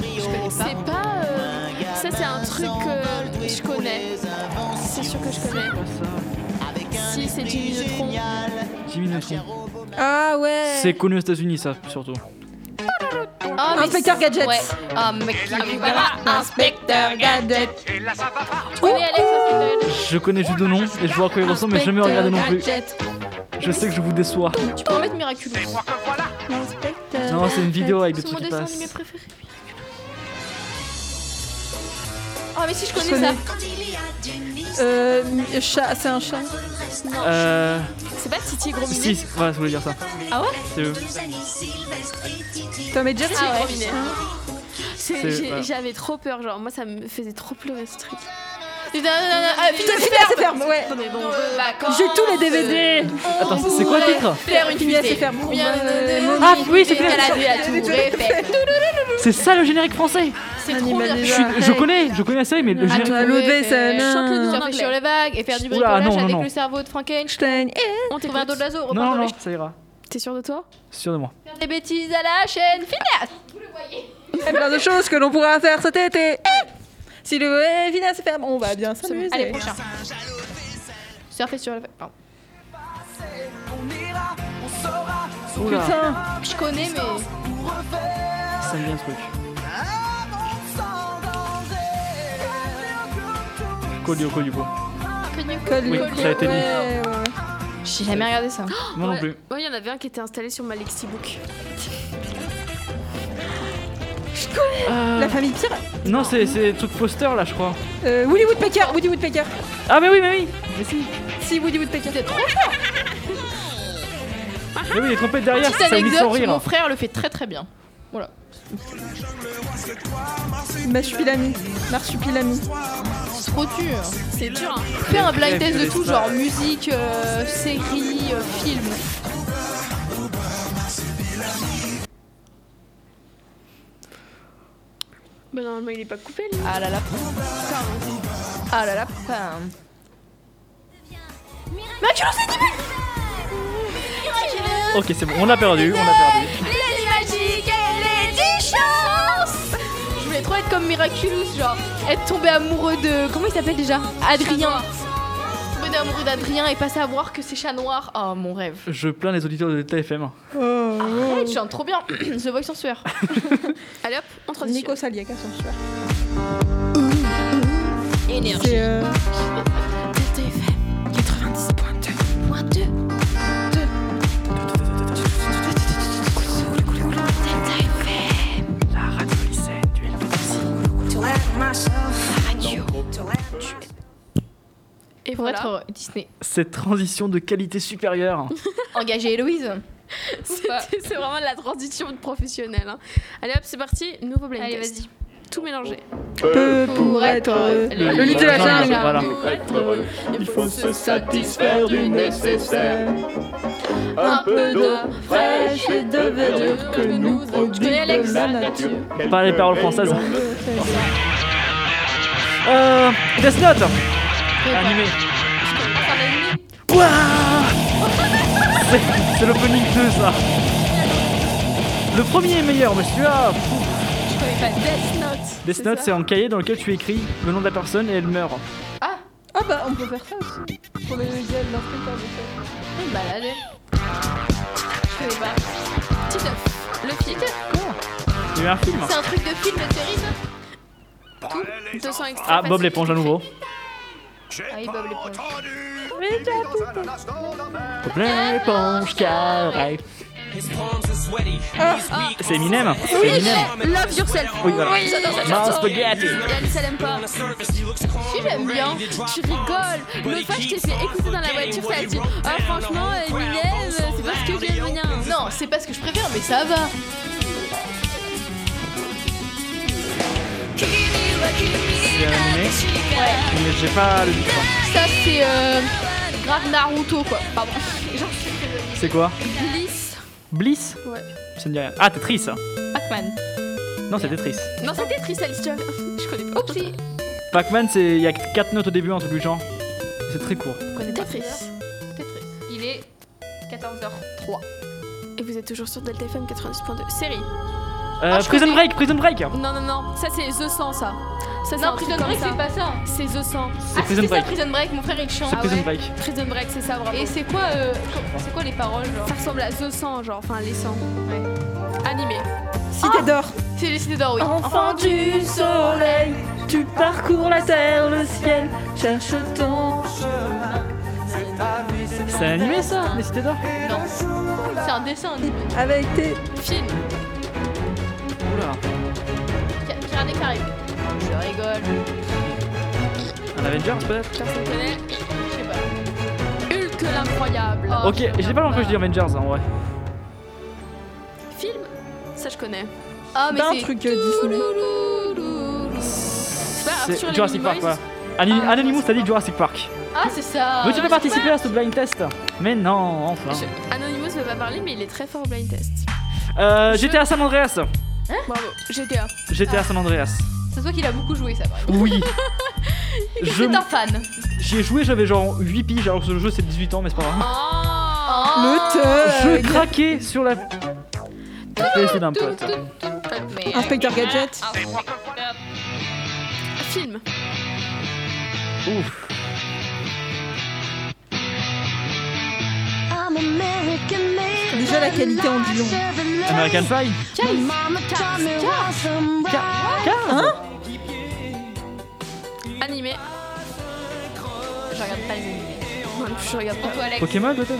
S7: Je connais pas. C'est pas. euh, [LAUGHS] ça, c'est un truc que je connais. C'est sûr que je connais. Si, c'est Jimmy Neutron.
S9: Jimmy Neutron.
S8: Ah ouais.
S9: C'est connu aux États-Unis, ça, surtout.
S8: Inspecteur Gadget.
S6: Ouais. Ah, mec, il verra Inspecteur Gadget.
S7: Tu connais Alex Inspecteur Gadget
S9: Je connais juste de nom et je vois à quoi il ressemble, mais j'ai jamais regardé non plus. Je sais que je vous déçois.
S6: Tu peux en mettre Miraculous.
S9: Non, c'est une vidéo avec des
S6: C'est mon
S9: trucs qui
S6: dessin
S9: passent.
S6: animé préféré. Ah, mais si, je connais
S8: Je
S6: ça.
S8: Euh, mi- chat, c'est un chat.
S9: Euh.
S6: C'est pas Titi et Gros
S9: Si,
S6: Minet
S9: voilà, je voulais dire ça.
S6: Ah ouais
S9: C'est eux.
S8: Tom et Jerry.
S7: Ah ouais.
S9: C'est-
S7: C'est- j'ai-
S9: voilà.
S7: J'avais trop peur, genre, moi ça me faisait trop pleurer ce truc.
S6: Non, non, non, non, ah, putain,
S8: Phineas et Ferb, ouais.
S7: Attendez, bon, vacances.
S8: J'ai tous les
S9: Ah
S8: DVD.
S9: Attends, c'est quoi le titre
S6: Faire une
S8: Phineas et
S6: fusée.
S8: Ferb.
S6: Bien, euh,
S8: Momie.
S9: Ah, oui, c'est Phineas.
S6: Escalader la tour Eiffel.
S9: C'est ça le générique français
S6: C'est trop bien.
S9: je, suis- je connais, je connais la série, mais le
S8: Attends,
S9: générique.
S8: l'autre day, ça-
S6: Je chante le nom
S8: non.
S6: Surfer sur les vagues et faire du
S9: Oula,
S6: bricolage
S9: non, non,
S6: avec
S9: non.
S6: le cerveau de Frankenstein.
S8: Einstein.
S7: On
S6: Trouver un dos de l'oiseau,
S9: Non, non,
S6: repart dans
S9: non,
S6: les-
S9: ça ira.
S7: T'es sûr de toi
S9: Sûr de moi.
S6: Faire des bêtises à la chaîne. Phineas
S8: Et plein de choses que l'on pourra faire cet été. Eh Si le eh, Phineas et Ferb, on va bien s'amuser.
S6: Allez, prochain. Surfer sur les vagues. Pardon.
S9: Oula,
S8: Putain.
S6: Je connais, mais.
S9: ça me dit un truc. Colio, Colibo.
S8: Col-
S9: Oui,
S8: col-
S9: ça a été dit.
S8: ouais, ouais.
S6: J'ai jamais regardé ça.
S9: Moi non
S7: Ouais.
S9: plus.
S7: Moi, il y en avait un qui était installé sur ma Lexibook.
S9: Euh,
S8: La famille pire.
S9: Non, c'est c'est le truc poster là, je crois.
S8: Euh, Woody Woodpecker. Woody Woodpecker.
S9: Ah, mais oui, mais oui Mais si
S8: Si Woody Woodpecker.
S6: C'est
S9: Ah,
S6: trop
S9: Mais oui, les trompettes derrière,
S6: Petite
S9: ça a mis son
S6: anecdote, mon
S9: rire.
S6: frère le fait très très bien. Voilà.
S8: Marsupilami. Marsupilami.
S6: C'est trop dur.
S7: C'est dur, hein.
S6: Faire un blind
S9: Ouais,
S6: test
S9: je
S6: de
S9: laisse
S6: tout,
S9: pas.
S6: genre musique, euh, série, euh, film.
S7: Bah, normalement, il est pas coupé, lui.
S6: Ah là là. Ah là là. pam. Miraculous Animal
S9: Ok, c'est bon, on l'a perdu, on l'a perdu.
S6: Lady Magique et Lady Chance Je voulais trop être comme Miraculous, genre être tombé amoureux de. Comment il s'appelle déjà Adrien. Tombé amoureux d'Adrien et passer à voir que c'est chat noir. Oh mon rêve.
S9: Je plains les auditeurs de TFM.
S6: Arrête, je chante trop bien. [COUGHS] The Voice en sueur.
S7: Allez hop, on transition.
S8: Nico Saliaga, son super.
S6: Énergie.
S8: C'est euh,
S7: Et
S6: Pour
S7: voilà.
S6: être euh, Disney.
S9: Cette transition de
S7: [LAUGHS]
S9: qualité supérieure.
S6: Engager Héloïse.
S7: C'était- [LAUGHS] C'est vraiment de la transition de professionnel. hein. Allez hop, c'est parti, nouveau blind
S6: Allez,
S7: test. Tout mélangé.
S8: peu pour être heureux. Le lit de la jungle.
S9: Voilà.
S6: Il faut se satisfaire
S8: du nécessaire.
S6: Ah,
S8: Un peu de Euh, fraîche et de verdure que nous produit
S6: Alex.
S8: la nature.
S9: Pas les paroles françaises. Euh. Death Note Animé. Ouah C'est c'est l'opening 2 ça. Le premier est meilleur, mais celui-là. pff.
S6: Je connais pas Death Note.
S9: Death Note, c'est un cahier dans lequel tu écris le nom de la personne et elle meurt.
S8: Ah bah on peut faire ça aussi. Pour le gel, l'inspecteur de
S6: Bah allez. Je connais pas.
S9: Il y a eu un film.
S7: C'est un truc de film terrible. Tout 200 extraits.
S9: Ah, Bob l'éponge à nouveau.
S7: Ah oui, Bob l'éponge.
S9: Bob l'éponge, carré. C'est Eminem. C'est
S7: Ah, Oui,
S9: Eminem.
S7: mais Love Yourself.
S9: Oui, voilà.
S7: j'adore cette
S9: Mars
S7: chanson.
S9: Spaghetti.
S7: Yannis, elle aime pas. Tu l'aimes bien, tu rigoles. Le fait, je t'ai fait écouter dans la voiture, ça a dit Ah, franchement, Eminem, euh, c'est pas ce que j'aime bien.
S6: Non, c'est pas ce que je préfère, mais ça va.
S9: C'est animé. Mais j'ai pas le titre.
S6: Ça, c'est euh, grave Naruto, quoi. Pardon. Genre,
S9: C'est quoi
S6: Bliss
S9: Bliss
S7: Ouais.
S9: Ça me dit rien. Ah, Tetris.
S7: Pac-Man.
S9: Non, c'est Tetris.
S7: Non, c'est Tetris, Alice, tu vois. [LAUGHS] Je connais pas. Oups,
S9: Pac-Man, c'est il y a 4 notes au début, un truc du genre. C'est très court. Euh,
S7: Tetris.
S6: Il est 14h03.
S7: Et vous êtes toujours sur Delta FM 90.2. Série.
S9: Euh,
S7: Ah, je
S9: prison
S7: connais.
S9: Break, Prison Break.
S7: Non, non, non, ça c'est The 100, ça. ça
S6: Non, Prison Break, c'est pas Ah,
S7: ça. C'est The 100.
S9: C'est Prison Break.
S6: Prison Break, mon frère, il chante. Ah
S9: C'est Prison Break.
S7: Prison Break, c'est ça, bravo.
S6: Et c'est quoi, euh, c'est quoi les paroles, genre
S7: Ça ressemble à The 100, genre, enfin les 100. Animé.
S8: Cité d'or.
S6: C'est les cités d'or, oui.
S1: Enfant du soleil, tu parcours la terre, le ciel, cherche ton chemin. C'est ta vie,
S9: C'est un animé ça, les cités d'or
S6: Non. C'est un dessin animé.
S8: Avec tes.
S6: Film.
S9: Oula,
S6: Pi- Pirates des Caraïbes. Je rigole.
S9: un Avengers peut-être
S7: Personne connaît. Hulk l'incroyable.
S6: Oh,
S9: Ok, j'ai pas l'impression que je dis Avengers en vrai.
S7: Film Ça, je connais.
S6: Ah,
S8: mais Pas un c'est- truc, euh, Disney.
S7: C'est pas Arthur Ah, et
S9: C'est
S7: les
S9: Jurassic Park
S7: Minimoys
S9: quoi. Ani- Anonymous a dit Jurassic Park.
S6: Ah, c'est ça.
S9: Veux-tu pas participer à ce blind test Mais non, enfin.
S7: Je- Anonymous veut pas parler, mais il est très fort au blind test.
S9: Euh, GTA San Andreas.
S7: Bravo, GTA.
S9: GTA San Andreas.
S7: Ah.
S6: Ça se voit qu'il a beaucoup joué, ça, par exemple.
S9: Oui. Je-
S6: C'est un fan.
S9: J'y ai joué, j'avais genre 8 piges alors que le jeu c'est 18 ans, mais c'est pas
S6: Oh.
S9: grave.
S8: Le Euh,
S9: Je craquais sur la. C'est d'un pote.
S8: teuf.
S7: Ah.
S8: Inspecteur Gadget.
S7: Film.
S9: Ouf.
S8: Déjà la qualité en dit long.
S9: American Pie
S8: Hein
S7: Animé.
S6: Je regarde pas les animés.
S7: Non, je regarde pas.
S9: Pokémon peut-être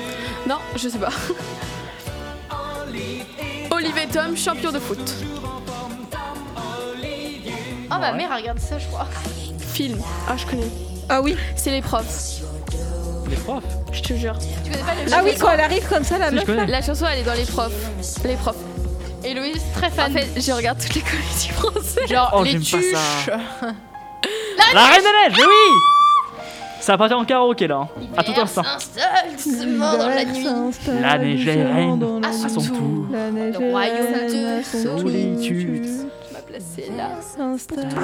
S7: Non, je sais pas. [LAUGHS] Olivier Tom, champion de foot.
S6: Ah, ma mère regarde ça, je crois.
S7: Film. Ah, je connais.
S8: Ah oui.
S7: C'est les profs.
S9: Les profs
S7: Je te jure.
S6: Tu connais pas le
S8: Ah oui,
S7: chanson
S8: quand elle arrive comme ça, la
S9: Si, je
S8: meuf.
S9: connais.
S8: là.
S7: La chanson, elle est dans les profs. Les profs.
S6: Héloïse, très fan.
S7: En fait, je regarde toutes les comédies françaises.
S6: Genre
S9: Oh,
S6: les
S9: j'aime pas
S6: tuches.
S9: ça. La Reine des Neiges, mais oui Ça va partir en karaoké là, hein, à tout instant.
S6: Un seul seulement dans la nuit.
S9: La neige est reine,
S6: À son
S9: à son tour.
S8: La neige
S6: Le royaume
S8: est reine,
S6: de
S8: à son tour.
S9: Solitude.
S6: Je m'as placé là.
S8: S'installe.
S6: Fast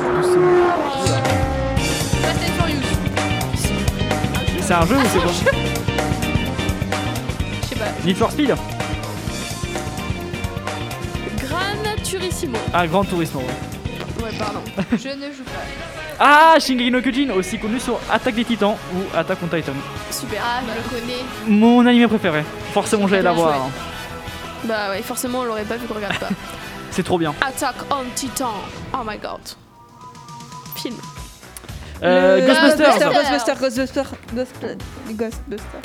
S6: and Furious.
S9: C'est un jeu ou c'est quoi
S7: Je sais pas.
S9: Need for Speed
S7: Gran Turissimo.
S9: Ah, Grand Tourisme, ouais.
S7: Ouais,
S6: [LAUGHS]
S7: pardon.
S6: Je ne joue pas.
S9: Ah, Shingeki no Kyojin, aussi connu sur Attaque des Titans ou Attack on Titan.
S7: Super.
S6: Ah, je le connais.
S9: Mon anime préféré. Forcément, j'allais
S7: Bien
S9: l'avoir.
S7: joué.
S9: hein.
S7: Bah ouais, forcément, on l'aurait pas vu qu'on regarde [LAUGHS] pas.
S9: C'est trop bien.
S7: Attack on Titan. Oh my god. Film.
S9: Euh,
S8: Le-
S9: Ghostbusters,
S8: Ghostbusters, Ghostbusters, Ghostbusters, Ghostbusters.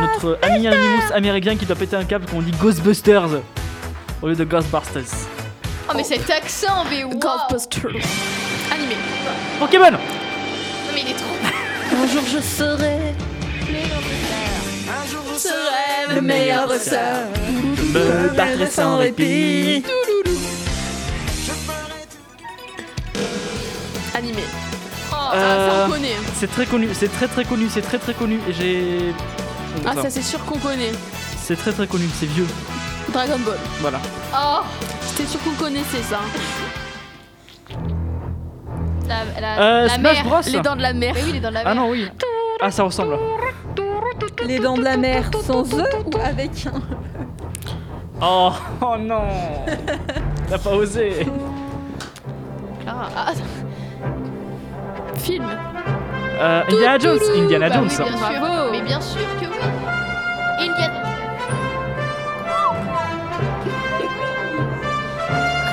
S9: notre ami Animus américain qui doit péter un câble qu'on dit Ghostbusters au lieu de Ghostbusters.
S6: Oh, mais cet accent, mais wow.
S7: Ghostbusters. Animé.
S9: Pokémon
S6: Non, mais il est trop.
S1: Un jour je serai
S6: serait
S1: le meilleur sœur.
S9: Me
S1: battrai sans répit.
S7: Animé. Oh,
S9: Euh,
S7: ça, on connaît.
S9: C'est très connu, c'est très très connu, c'est très très connu. Et j'ai.
S7: Ah, ça, c'est sûr qu'on connaît.
S9: C'est très très connu, c'est vieux.
S7: Dragon Ball.
S9: Voilà.
S7: Oh, j'étais sûre qu'on connaissait ça.
S6: La, la,
S9: Euh,
S6: la
S9: Smash
S6: mère.
S9: Bros.
S7: Les dents de la mer.
S6: Mais oui, il est dans la mer.
S9: Ah non, oui. Ah, ça ressemble.
S8: Les dents de la mer sans eux ou avec un
S9: Oh, [LAUGHS] oh non T'as pas osé
S6: Ah, ah,
S7: Film.
S9: euh, Indiana Jones Indiana
S6: bah oui,
S9: Jones hein.
S6: bien sûr.
S7: Bravo.
S6: Mais bien sûr que oui. Indiana.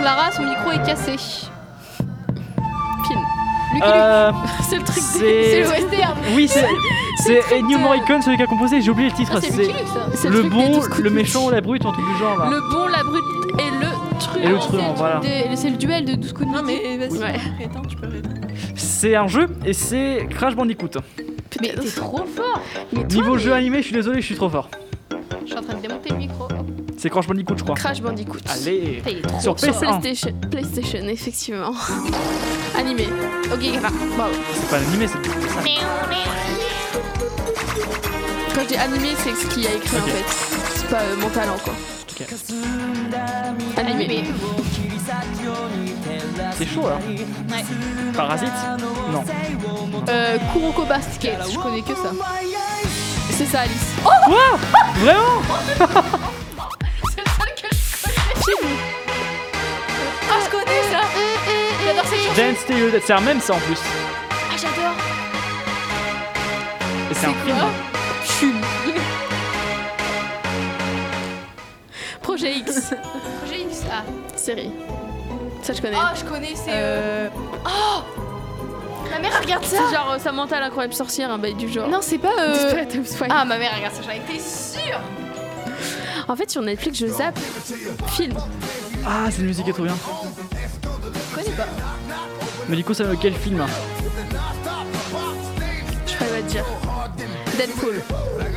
S6: Clara, son micro est cassé. Film. Lucky
S9: Euh,
S6: Luke. C'est le truc
S9: c'est-
S6: des... C'est le western.
S9: Oui, c'est- c'est Ennio Morricone, celui qui a composé, j'ai oublié le titre.
S6: Ah, c'est Lucky Luke, ça. C'est le
S9: le
S6: truc des
S9: bon,
S6: douze coups
S9: le
S6: de
S9: méchant, la brute, un truc du genre. Là.
S6: Le bon, la brute et le truand.
S9: Et le truand,
S6: C'est truc
S9: voilà.
S6: des- C'est le duel de 12 coups de
S8: Non, mais vas-y,
S6: Ouais.
S8: rééteins, tu peux rééteindre.
S9: C'est un jeu et c'est Crash Bandicoot.
S6: Mais t'es trop fort. Mais toi,
S9: Niveau
S6: mais-
S9: jeu animé, je suis désolé, je suis trop fort.
S6: Je suis en train de démonter le micro.
S9: C'est Crash Bandicoot, je crois.
S6: Crash Bandicoot.
S9: Allez,
S6: Putain, il est trop
S9: sur hein.
S6: fort.
S9: PS1.
S7: PlayStation, PlayStation, effectivement.
S6: [LAUGHS]
S7: Animé. Ok, Gaga. Bravo.
S9: C'est pas animé, c'est.
S6: Quand je dis animé, c'est ce qu'il a écrit en fait. C'est pas euh, mon talent quoi. Animé.
S9: C'est chaud là. Parasite Non.
S6: Euh, Kuroko Basket, je connais que ça. C'est ça, Alice. Oh
S9: Quoi Vraiment
S6: C'est ça que je connais. Ah, je connais ça. J'adore cette chanson.
S9: Dance Stay Dead, c'est un même ça en plus.
S6: Ah, j'adore.
S9: Et c'est un film.
S6: Je suis nulle. Projet
S7: [LAUGHS]
S6: X. Projet X, ah. Série.
S7: Ça, je connais.
S6: Ah, je connais, c'est. Euh...
S7: Oh
S6: Ma mère elle regarde ça.
S7: C'est genre euh, Samantha l'incroyable sorcière, un bail du genre.
S6: Non, c'est pas. euh,
S7: Ah,
S6: Ah, ma mère elle regarde ça, j'en étais sûre.
S7: En fait, sur Netflix, je zappe. Film.
S9: Ah, cette musique est trop bien.
S6: Je connais pas.
S9: Mais du coup, ça veut quel film hein
S6: Je pourrais pas te dire. Deadpool.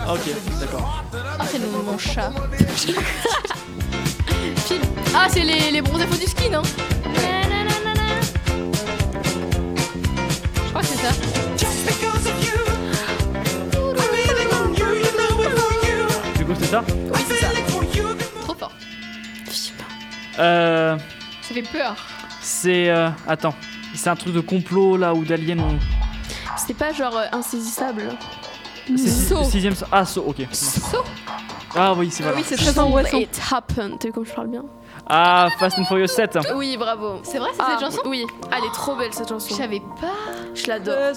S9: Ah, Ok, d'accord.
S6: Ah, c'est mon, mon chat. [LAUGHS] Film. Ah, c'est les, les bronzés faux du hein. ski, non Nananana. Je crois que c'est ça.
S9: Du coup, c'est ça
S6: Oui, c'est ça. Trop fort.
S9: Euh.
S6: Ça fait peur.
S9: C'est. euh, Attends. C'est un truc de complot là ou d'alien. ou-
S7: C'était pas genre euh, insaisissable.
S9: C'est si-
S7: Saut.
S9: sixième. so- Ah, saut, ok.
S7: Saut.
S9: Ah oui, c'est voilà.
S7: Saw
S6: angoissant.
S7: Bah, It happened. T'as vu comme je parle bien
S9: Ah, Fast and Furious 7.
S7: Oui, bravo.
S6: C'est vrai, c'est
S7: Ah,
S6: cette chanson
S7: Oui. Elle est trop belle cette chanson.
S6: Je savais pas.
S7: Je l'adore.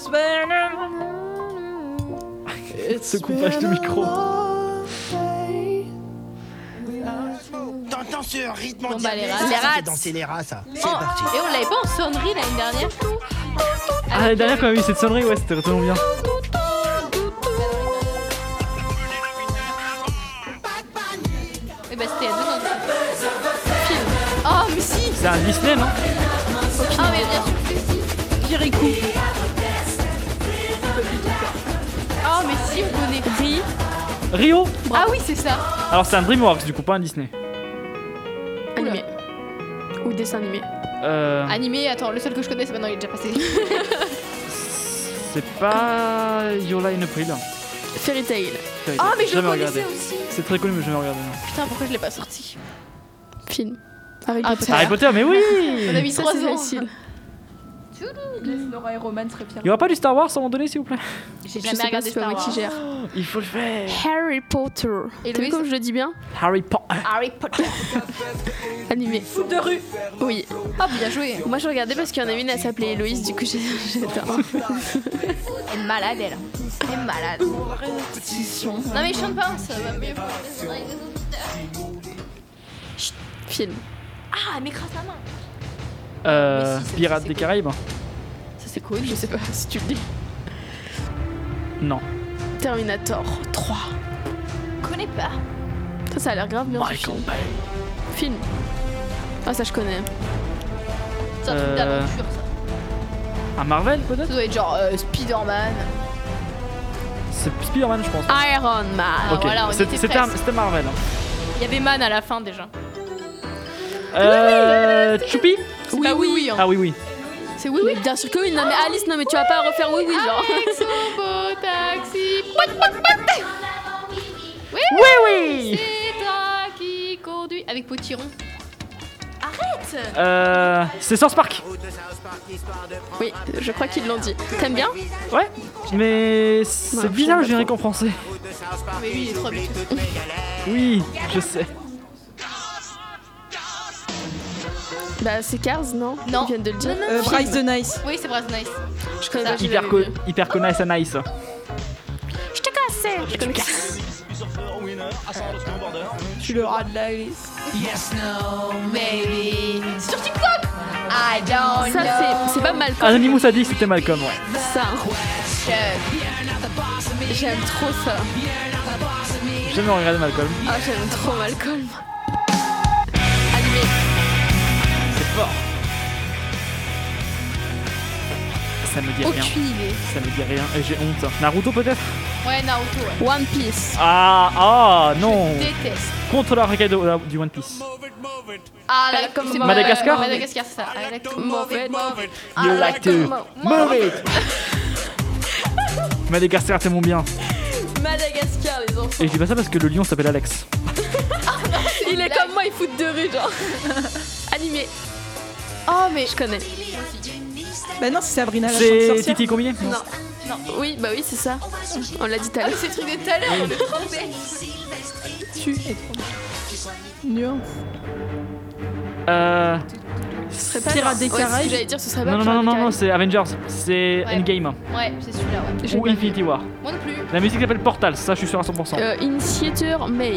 S9: Ce coupage de micro.
S4: T'entends ce rythme
S6: Bon, bah, les rats.
S4: Ça
S6: Les
S4: fait
S6: rats.
S4: danser les rats, ça. C'est
S6: Oh,
S4: parti.
S6: Et on l'avait pas en sonnerie l'année dernière
S9: Ah, la dernière, quand même, oui, cette sonnerie, ouais, c'était tellement bien.
S6: Et bah c'était à deux ans. Film. Oh mais si
S9: C'est un Disney, non
S6: Ah mais bien sûr que si Kirikou. Oh mais si on connaît Ri.
S9: Rio
S6: Ah oui c'est ça.
S9: Alors, c'est un Dreamworks, du coup, pas un Disney.
S6: Animé.
S7: Ou dessin animé.
S9: Euh.
S6: Animé, attends, le seul que je connais c'est maintenant il est déjà
S7: [LAUGHS]
S6: passé.
S9: C'est pas. Yola in April.
S7: Fairy Tail.
S6: Ah, mais je
S9: Jamais
S6: le connaissais
S9: regardé.
S6: aussi.
S9: C'est très connu, mais je jamais regardé. non.
S6: Putain pourquoi je l'ai pas sorti
S7: Film. Harry
S6: Ah,
S7: Potter.
S9: Harry Potter, mais oui
S6: On a mis
S7: Ça,
S6: trois
S7: c'est
S6: ans.
S7: facile.
S8: Laisse Nora et Roman se réfier.
S9: Il y aura pas du Star Wars à un moment donné, s'il vous plaît
S6: J'ai
S7: Je sais pas si c'est moi qui gère.
S9: Il faut le faire
S7: Harry Potter. T'as vu comme je le dis bien
S9: Harry Potter
S6: Harry
S7: [LAUGHS]
S6: Potter.
S7: Animé. Foot de rue. Oui.
S6: Ah bien joué.
S7: Moi je regardais parce qu'il y en avait une, elle s'appelait Héloïse, du coup j'ai- [LAUGHS] j'adore.
S6: Elle est malade, elle. Elle est malade. Non, mais chante pas, ça va mieux.
S7: Chut, Film.
S6: Ah, elle m'écrase la main.
S9: Euh.
S6: Mais si, c'est-
S9: Pirates
S6: c'est
S9: des
S6: cool.
S9: Caraïbes
S7: Ça c'est cool, je sais pas si tu le dis.
S9: Non.
S7: Terminator 3.
S6: Je connais pas.
S7: Ça, ça a l'air grave bien. ce
S9: Michael
S7: film.
S9: Bay.
S7: Film. Ah, ça je connais.
S6: C'est un truc
S9: Euh.
S6: d'aventure, ça.
S9: Un Marvel, peut-être
S6: Ça doit être genre euh, Spider-Man.
S9: C'est Spider-Man, je pense.
S6: Iron Man.
S9: Ok,
S6: Ah, Voilà, on
S9: c'est-
S6: était
S9: c'était un-
S6: presque.
S9: c'était Marvel. hein.
S6: Il y avait Man à la fin déjà.
S9: Euh. Choupi
S6: C'est pas oui, oui. hein.
S9: Ah oui, oui.
S6: C'est oui, oui.
S7: Bien sûr que oui, non mais Alice, non mais tu vas pas refaire oui,
S6: Ah.
S7: oui, genre.
S6: Avec son
S7: [LAUGHS]
S6: beau taxi. Oui,
S9: oui. oui.
S6: C'est toi qui conduis. Avec Potiron. Arrête.
S9: Euh. C'est Source Park
S7: Oui, je crois qu'ils l'ont dit. T'aimes bien
S9: Ouais Mais c'est
S7: Ouais,
S9: bizarre le
S7: je sais pas
S9: générique en français.
S6: Mais lui, il est trop habitué.
S9: Oui, je sais.
S7: Bah c'est Cars, non
S6: Non.
S7: Ils viennent de le dire.
S8: Euh, Bryce the Nice.
S6: Oui, c'est Bryce Nice.
S7: Je connais pas, je
S9: Hyper,
S7: l'avais
S9: co
S7: vu.
S9: hyper connasse à nice.
S7: Je te casse Je connais Cars.
S4: surfeur, winner, ascendant, snowboarder.
S8: Je suis le rat
S6: Ah,
S8: de la hélice.
S4: Yes, no, maybe.
S6: Sur TikTok I don't
S7: Ça,
S6: know.
S7: c'est- c'est pas mal
S9: Anonymous a dit que c'était Malcolm, ouais.
S6: Ça. J'aime trop ça.
S9: J'ai Jamais regardé Malcolm.
S7: Ah, j'aime trop Malcolm.
S9: C'est fort. Ça me dit rien.
S6: Aucune idée.
S9: Ça me dit rien et j'ai honte. Naruto peut-être
S6: Ouais, Naruto, ouais. One Piece.
S9: Ah ah non.
S6: Déteste.
S9: Contre la reggae de- la- du One Piece.
S6: Ah, la comme
S9: move Madagascar it.
S6: Madagascar, c'est ça. I like to move it.
S7: Ah,
S9: You
S6: I
S9: like to move it. Madagascar c'est mon bien.
S7: Madagascar, les enfants.
S9: Et je dis pas ça parce que le lion s'appelle Alex.
S7: il est comme moi, il fout de rue,
S6: [LAUGHS]
S7: genre. Animé.
S6: Oh, mais.
S7: Je connais.
S8: Bah non, c'est Sabrina la
S9: C'est
S8: sorcière.
S9: Titi Combier
S7: Non. non. Oui, bah oui, c'est ça. On l'a dit tout à l'heure.
S6: C'est le truc de tout à l'heure, on est trop bête.
S8: Tu es Nuance.
S9: Euh.
S6: Ce serait pas
S8: Pirates
S6: genre-
S8: des
S6: ouais,
S8: Caraïbes.
S6: c'est ce que J'allais dire, ce serait pas
S9: Non non
S6: Pirates
S9: non
S6: des
S9: non, non
S6: Caraïbes.
S9: c'est Avengers, c'est
S6: Ouais.
S9: Endgame
S6: Ouais, c'est celui-là, ouais. J'ai
S9: ou
S6: pas vu.
S9: Infinity War.
S6: Moi non plus.
S9: La musique s'appelle Portal, ça je suis sûr à 100%.
S7: Euh, Initiator May.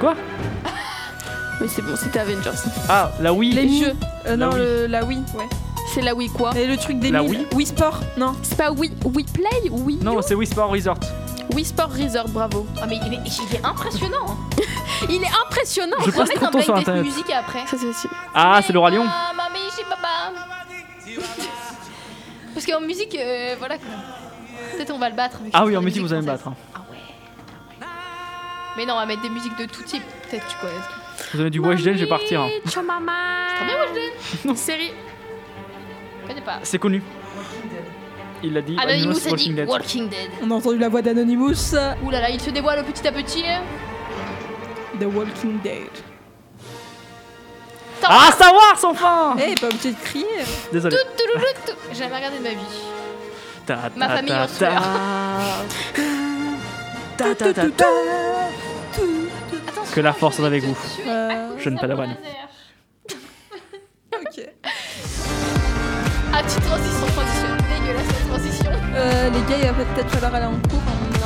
S9: Quoi
S7: [LAUGHS] Mais c'est bon, c'était Avengers.
S9: Ah la Wii.
S8: Les jeux.
S9: La
S8: Euh, non,
S9: Wii.
S8: le- la Wii, ouais.
S7: C'est la Wii quoi
S8: Et le truc des
S9: La
S8: mille.
S9: Wii
S8: Wii Sport, non.
S7: C'est pas Wii, Wii Play ou Wii
S9: Non, c'est Wii Sport Resort.
S7: Wii Sport Resort, bravo.
S6: Ah, mais il est, il est [LAUGHS] impressionnant.
S7: Il est impressionnant.
S9: Je passe trop de temps sur Internet.
S6: musique après.
S7: Ça c'est aussi.
S9: Ah c'est le roi lion.
S6: Ah, mamie, chez papa. Parce qu'en musique, euh, voilà quoi. Peut-être on va le battre. vu que
S9: Ah
S6: c'est
S9: oui en
S6: une
S9: musique vous allez me battre. hein.
S6: Mais non, on va mettre des musiques de tout type. Peut-être tu connais.
S9: Vous avez du Weshden, je vais partir. hein.
S7: Ciao maman.
S6: Très bien,
S9: [LAUGHS]
S6: Weshden.
S7: Série.
S6: Je connais pas.
S9: C'est connu. Il l'a dit.
S6: Anonymous a
S9: Walking
S6: dit
S9: Dead.
S6: Walking Dead.
S8: On a entendu la voix d'Anonymous.
S6: Ouh là là, il se dévoile petit à petit. hein.
S8: The Walking Dead.
S9: Ah Star Wars enfin
S8: Eh, pas obligé de crier.
S9: Désolé.
S6: Tout, tout, tout, tout, tout. J'ai jamais regardé de ma vie.
S9: Ta,
S6: Ma
S9: ta,
S6: famille
S9: ta,
S6: en
S9: ta. Ta, ta, ta, ta. Que la force soit avec vous.
S8: Euh,
S9: Jeune Padawan.
S8: Ok.
S6: Ah, petite transition, transition. Dégueulasse cette transition.
S8: Euh, les gars, il va peut-être falloir aller en cours. hein. Euh,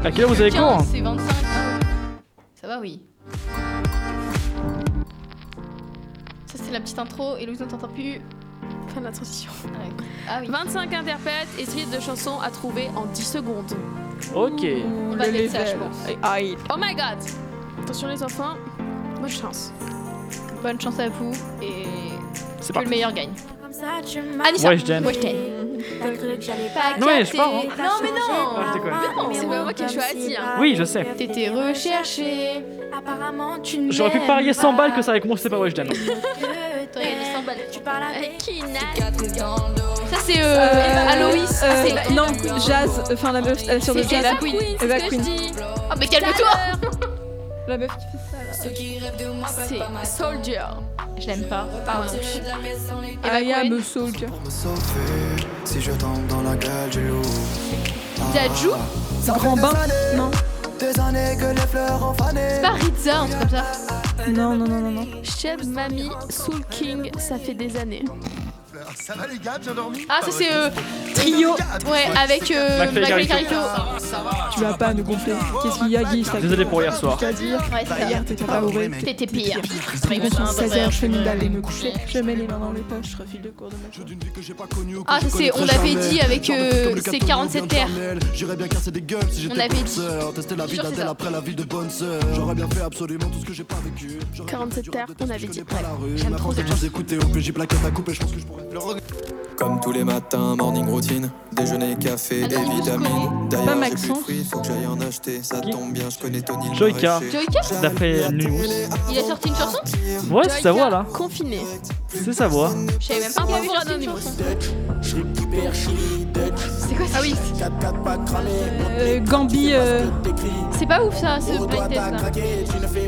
S6: Non.
S9: À quelle heure vous avez cours
S6: 15, C'est 25. hein. Ça va, oui. Ça, c'est la petite intro. Et Louise, on t'entend plus.
S7: Fin de la transition.
S6: Ah oui.
S7: 25 interprètes et suite de chansons à trouver en 10 secondes.
S9: Ok.
S6: On va
S8: Le
S6: mettre ça, je
S8: level.
S6: pense.
S8: Aïe.
S7: Oh my god Attention les enfants, bonne chance.
S6: Bonne chance à vous. Et
S9: C'est
S6: que
S9: parti.
S6: le meilleur gagne.
S9: Anissa. Weshden.
S6: Pas
S9: Non, mais je
S6: capté.
S9: pars, hein.
S6: Non, mais non.
S9: Ah, je déconne.
S6: Mais non,
S7: C'est pas moi qui ai choisi. hein.
S9: Oui, je sais.
S6: T'étais recherché.
S16: Apparemment, tu ne
S9: J'aurais pu
S16: m'aimes
S9: parier 100
S16: pas.
S9: balles que ça avec moi, c'est pas Weshden.
S6: Toi, il y a 100 balles.
S16: Tu parles
S7: Eh,
S16: avec qui
S6: Ça, c'est euh,
S8: Euh,
S6: Aloïs.
S8: euh,
S6: Ah, c'est-
S8: non, Jazz, enfin la meuf, euh, sur le
S6: C'est
S8: jazz.
S6: Eva Queen. c'est ce
S8: Eva
S6: que je
S8: Queen.
S6: dis. Oh, mais calme-toi.
S8: La meuf qui fait ça là.
S6: Ah bah,
S7: C'est Soldier.
S6: Je l'aime pas. Ah, Pardon.
S8: I am a soldier.
S6: Oh.
S10: Si je tombe dans la gueule du loup.
S6: Dadju
S8: Grand bain Non.
S10: Des années que les fleurs ont fané.
S6: C'est pas Ritza, un truc comme ça.
S8: Non, non, non, non, non.
S7: Chef Mami, Soul King, ça fait des années.
S10: Ça va les gars, bien dormi
S6: Ah, ça, c'est euh, Trio. Ouais, avec euh,
S9: Maclay
S6: Maclay
S9: Carito.
S6: Carito.
S8: Tu vas pas nous gonfler. Qu'est-ce qu'il y a, Guy ça
S9: Désolé pour hier soir.
S8: Qu'à dire
S6: Ouais, c'est ça.
S8: Hier, t'étais
S4: Ah,
S8: pas ouvert.
S6: T'étais pire.
S8: Même si 16h, je fais une dalle et me coucher. Je mets les mains dans les poches, je refile le cours de maths.
S6: Ah, ça, c'est on l'avait dit avec euh, c'est 47 terres.
S22: J'irais bien casser des gueules si
S6: On
S22: j'étais
S6: l'avait
S22: bonne
S6: dit.
S22: sœur. Tester la vie
S6: Sûr,
S22: d'un
S6: c'est
S22: tel
S6: ça.
S22: après la vie de bonne sœur. J'aurais bien fait absolument tout ce que j'ai pas vécu. J'aurais
S7: 47 terres, on avait dit.
S22: pas la rue. Ma France est plus écoutée au PJ plaquette à couper. Je pense que je pourrais le regretter.
S23: Comme tous les matins, morning routine, déjeuner, café, des vitamines.
S8: Pas
S23: D'ailleurs, j'ai plus de
S8: Maxence.
S23: fruits, faut que j'aille en acheter. Ça tombe bien, je connais Tony. le
S9: Joyka,
S23: maraîcher.
S6: Joyka
S9: d'après Anonymous.
S6: Il a sorti une chanson
S9: Ouais, c'est sa voix là.
S7: Confiné.
S9: C'est sa voix.
S6: Je savais même pas qu'il avait sorti une chanson. C'est quoi ça Ah oui.
S8: Euh, Gambi, euh,
S6: C'est pas ouf ça, ce blind test là.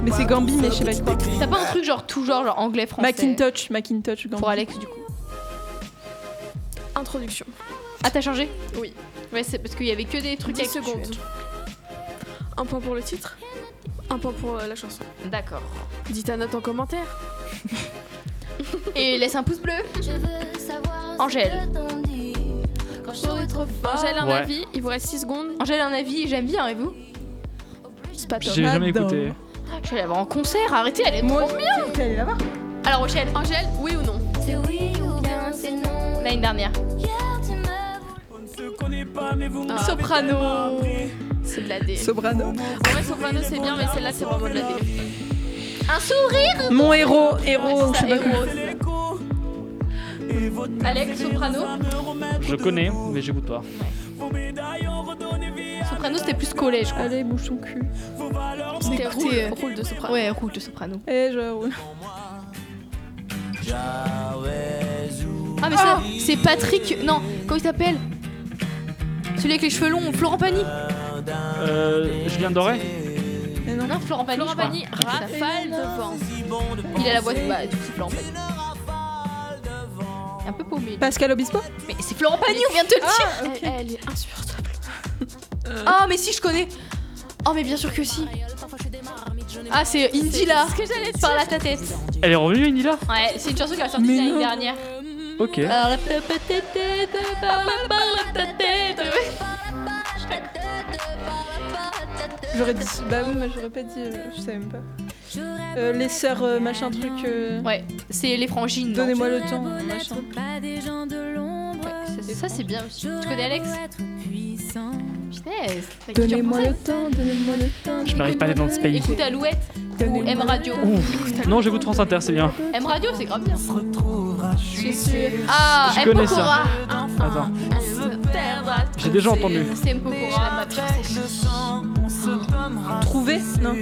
S8: mais c'est Gambi, mais je sais pas quoi.
S6: T'as pas un truc genre tout genre, genre anglais, français
S8: Macintosh, Macintosh, Gambi.
S6: Pour Alex du coup.
S7: Introduction.
S6: Ah t'as changé
S7: Oui.
S6: Ouais c'est parce qu'il y avait que des trucs
S7: 10
S6: avec
S7: secondes. Un point pour le titre, un point pour euh, la chanson.
S6: D'accord.
S7: Dites ta note en commentaire.
S6: Et laisse un pouce bleu. Angèle.
S7: Angèle, un
S9: Ouais.
S7: avis, il vous reste 6 secondes.
S6: Ah. Angèle un avis, j'aime bien et vous C'est pas top.
S9: J'ai jamais écouté.
S6: Ah, Je vais la voir en concert, arrêtez, elle est trop bien T'es allée la voir Alors Rochelle, Angèle, oui ou non C'est oui ou bien c'est non L'année dernière. Ah. Soprano C'est de la D.
S8: Soprano.
S6: En vrai, Soprano c'est bien, mais celle-là c'est vraiment de la D. Un sourire
S8: Mon héros, héros,
S6: c'est
S8: je sais pas
S6: héros. Alex, Soprano
S9: Je connais, mais j'écoute pas.
S6: Soprano c'était plus collège quoi.
S8: Allez, bouge ton cul.
S6: C'était
S8: Cool.
S6: roule, roule de Soprano. Ouais, roule de Soprano.
S8: Et Eh, je roule. [LAUGHS]
S6: Ah mais ça, c'est Patrick. Non, comment il s'appelle Celui avec les cheveux longs, Florent Pagny.
S9: Euh, Julien Doré
S6: Non, Florent Pagny. Florent Pagny, rafale devant. Il a la voix bah, du petit Florent Pagny. Un peu paumé.
S8: Pascal Obispo
S6: Mais c'est Florent Pagny, on vient de te le dire.
S8: Ah, ok.
S6: elle, elle est insupportable. [LAUGHS] Ah mais si, je connais. Oh mais bien sûr que si. Ah c'est Indila. que j'allais Par la ta tête.
S9: Elle est revenue, Nila
S6: Ouais, c'est une chanson qui a sorti l'année dernière.
S9: Ok.
S6: Par la ta tête, par la- par la ta tête.
S8: J'aurais dit. Bah oui, mais j'aurais pas dit. euh, je savais même pas. Euh, les sœurs euh, machin truc.
S6: Ouais, c'est les frangines.
S8: Donnez-moi le temps. Machin.
S6: Ça c'est bien aussi. Tu connais Alex Putain, c'est
S8: Donnez-moi
S6: dur.
S8: le temps, donnez-moi le temps.
S9: Je m'arrive pas à aller dans ce pays.
S6: Écoute Alouette ou M Radio.
S9: Ouf. Non, j'écoute France Inter, c'est bien.
S6: M Radio, c'est grave bien. Je suis sûre. Ah,
S9: Je
S6: M
S9: connais ça.
S6: Pokora.
S9: Attends. J'ai déjà entendu.
S6: C'est M Pokora, ma pire série.
S8: Trouver Non.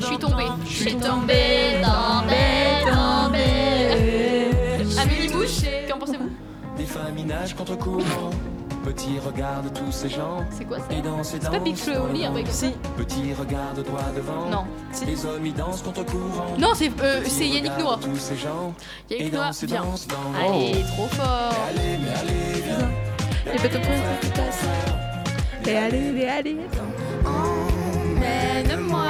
S6: Je suis tombée. Je suis tombée, tombée, tombée. Amélie Bouche, qu'en pensez-vous
S1: Des familles nagent contre courant. Petit regarde tous ces gens.
S6: C'est quoi ça
S1: Et danse et
S6: C'est pas
S1: danse
S6: Big Flo et
S1: dans
S6: Oli,
S1: le
S6: un truc
S1: vent.
S6: comme ça
S1: Petit regarde droit devant.
S6: Non.
S1: Les hommes y dansent contre courant.
S6: Non, c'est euh,
S1: Petit
S6: c'est Yannick
S1: regarde
S6: Noah.
S1: tous ces gens.
S6: Yannick
S1: Et
S6: Noah,
S1: danse et
S6: bien.
S1: danse dans le vent.
S6: Allez, trop fort.
S8: Les bateaux de Et allez, et allez.
S6: Emmène-moi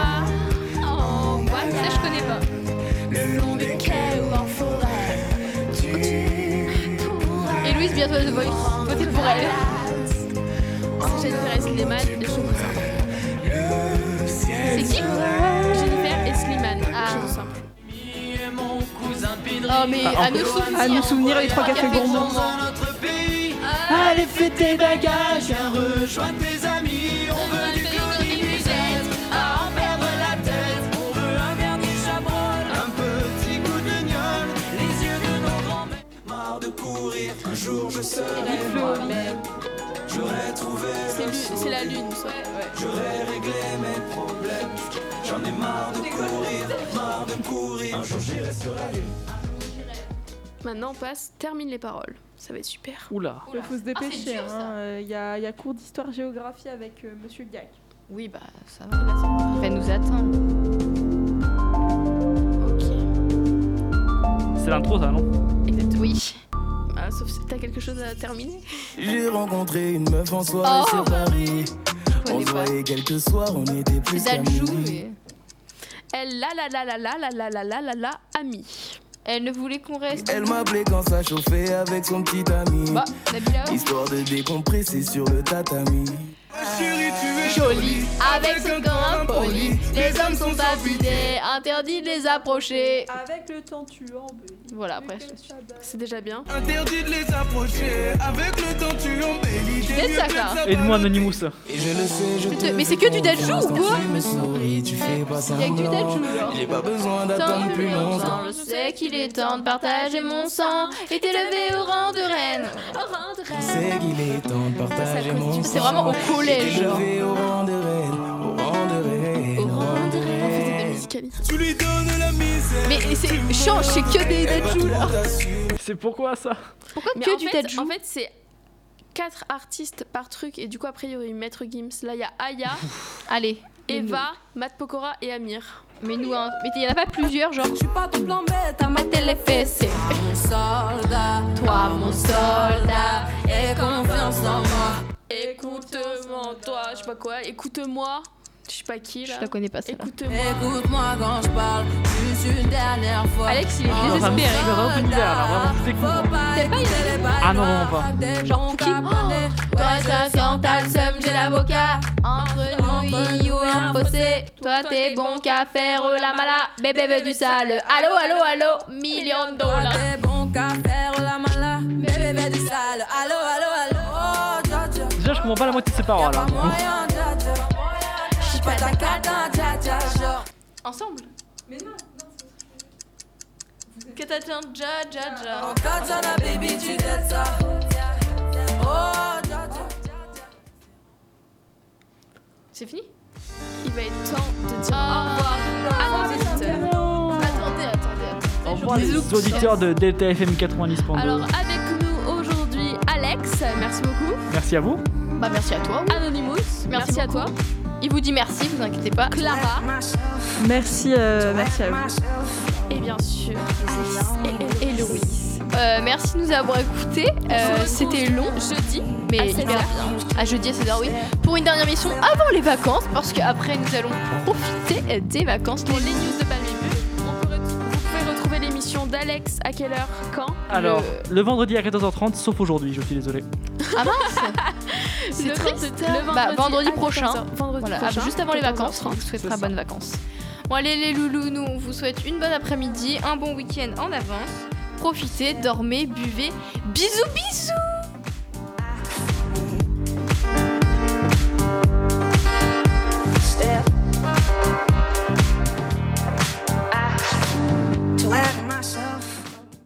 S6: en boîte, ça je connais pas. Le long des quais ou en forêt, Et Louise, bientôt The Voice, votez pour elle. Jennifer Esliman, je trouve ça. C'est qui Jennifer Esliman, ah. simple. Oh mais
S8: Ah,
S6: à nos
S8: encore.
S6: souvenirs,
S8: À nos souvenirs, les trois cafés gourmands.
S24: Allez, fais tes bagages, viens rejoindre tes amis. On veut du Claudie Musette,
S6: Ah,
S24: à en perdre la tête. On veut un verre de chabrol, un petit coup de guignol. Les yeux de nos grands-mères, marre de courir. Un jour je serai moi-même. J'aurais trouvé
S6: C'est
S1: le
S6: lu- C'est la
S1: sourire.
S6: lune, ça.
S1: J'aurais réglé mes problèmes. J'en ai marre de courir, marre de courir. Un jour j'irai sur la lune.
S6: Maintenant on passe, termine les paroles. Ça va être super.
S9: Oula.
S8: Il faut se dépêcher.
S6: Ah, c'est dur,
S8: hein, euh, Il y, a, il y a cours d'histoire-géographie avec euh, Monsieur Gac.
S6: Oui, bah ça va, là, ça va nous atteindre.
S9: C'est l'intro, ça, non
S6: Exact, oui. Ah, sauf si t'as quelque chose à terminer.
S1: J'ai rencontré une meuf en soirée
S6: Oh.
S1: sur Paris. On
S6: Je connais
S1: se
S6: pas.
S1: voyait quelques soirs, on était plus
S6: C'est
S1: qu'amis.
S6: Daljou, mais. Elle la la la la la la la la la la la amie. Elle ne voulait qu'on reste.
S1: Elle m'appelait quand ça chauffait avec son petit ami.
S6: Bah, Nabila.
S1: Histoire de décompresser sur le tatami.
S6: Jolie, avec son corps impoli. Les hommes sont abusés, interdit de les approcher.
S8: Avec le temps tu embellis.
S6: Voilà, après, je te suis. c'est déjà bien.
S1: Interdit de les approcher, avec le temps tu embellis.
S6: Tu connais ça, Clara
S9: Aide-moi, Anonymous.
S6: Putain, Mais c'est que du Daljou ou quoi
S1: Tu me souris, tu fais pas
S6: Il y a que du
S1: semblant.
S6: Daljou, genre.
S1: J'ai pas besoin d'attendre plus longtemps.
S6: Je sais qu'il est temps de partager mon sang et d'élever au rang de reine. Au rang de reine.
S1: C'est qu'il est temps de partager mon
S6: C'est vraiment au collège, genre.
S1: Élevé au rang de reine, au rang de reine, au rang de
S6: Oh,
S1: reine. Tu lui donnes la misère.
S6: Mais c'est chiant, c'est que des Daljou là.
S9: C'est pourquoi ça
S6: Pourquoi
S9: que
S6: en
S9: du
S6: fait,
S9: Dadju
S6: En fait, c'est 4 artistes par truc et du coup, a priori, Maître Gims. Là, il y a Aya, [LAUGHS] Allez, Eva, Matt Pokora et Amir. Mais nous, hein, mais il y en a pas plusieurs, genre. Je suis pas tout blanc bête à mater les fesses. Mon soldat, toi mon soldat, et confiance en moi. Écoute-moi, toi, je sais pas quoi, écoute-moi. Je sais pas qui là. Je la connais pas celle-là. Écoute-moi. Écoute-moi quand je parle, juste une dernière fois. Oh, Alex, il est
S9: Ah, ça me
S6: désespéré.
S9: fait un peu bizarre, là, vraiment, je découvre.
S6: T'aimes pas, il est
S9: Ah non, non, non, pas.
S8: Oh.
S6: Genre, on kiffe. Ouais, ça sent t'as le seum, j'ai l'avocat. Entre nous, you bosser. Toi, t'es bon qu'à faire
S7: oh
S6: la mala. Bébé veut du sale. Allô, allô, allô, million de dollars.
S8: T'es bon qu'à faire la mala. Bébé veut du sale. Allô, allô, allô. Oh, dja, dja.
S9: Déjà, je comprends pas la moitié de ces paroles. là.
S8: Moyen, dja, dja. J'suis pas ta cata, dja, dja, genre.
S7: Ensemble Mais non Katajan, ja, ja, ja.
S8: Oh, dja, dja, la baby, tu dettes ça. Oh, dja, dja.
S7: C'est fini Il va être temps de dire
S6: Ah.
S7: au revoir à nos auditeurs. Attendez, attendez,
S9: Au
S7: attendez.
S9: revoir les auditeurs de DTFM 90.2.
S7: Alors, avec nous aujourd'hui, Alex, merci beaucoup.
S9: Merci à vous.
S6: Bah, merci à toi.
S7: Anonymous, merci, à toi.
S6: Il vous dit merci, vous inquiétez pas.
S7: Clara.
S25: Merci, euh, merci à vous.
S7: Et bien sûr, Alice et, et, et Louise.
S6: Euh, merci de nous avoir écoutés. Euh, C'était long.
S7: Jeudi, à
S6: Mais
S7: 16
S6: hyper
S7: heures.
S6: bien. À jeudi à 16h, oui. Pour une dernière mission avant les vacances, parce qu'après nous allons profiter euh, des vacances.
S7: Pour les news de Palmébule, on peut ret- vous pouvez retrouver l'émission d'Alex à quelle heure, quand
S9: Alors, le vendredi à 14h30, sauf aujourd'hui, je suis désolé.
S6: Ah mince C'est
S7: Le
S6: triste.
S7: vendredi-
S6: Bah,
S7: le vendredi Ah
S6: vendredi
S7: à
S6: prochain.
S7: 14h. Vendredi
S6: Voilà,
S7: prochain,
S6: juste avant les
S7: 14h30.
S6: vacances. hein, On vous
S7: C'est
S6: souhaitera
S7: ça.
S6: bonnes vacances. Bon, allez les loulous, nous on vous souhaite une bonne après-midi, un bon week-end en avance. Profitez, dormez, buvez. Bisous, bisous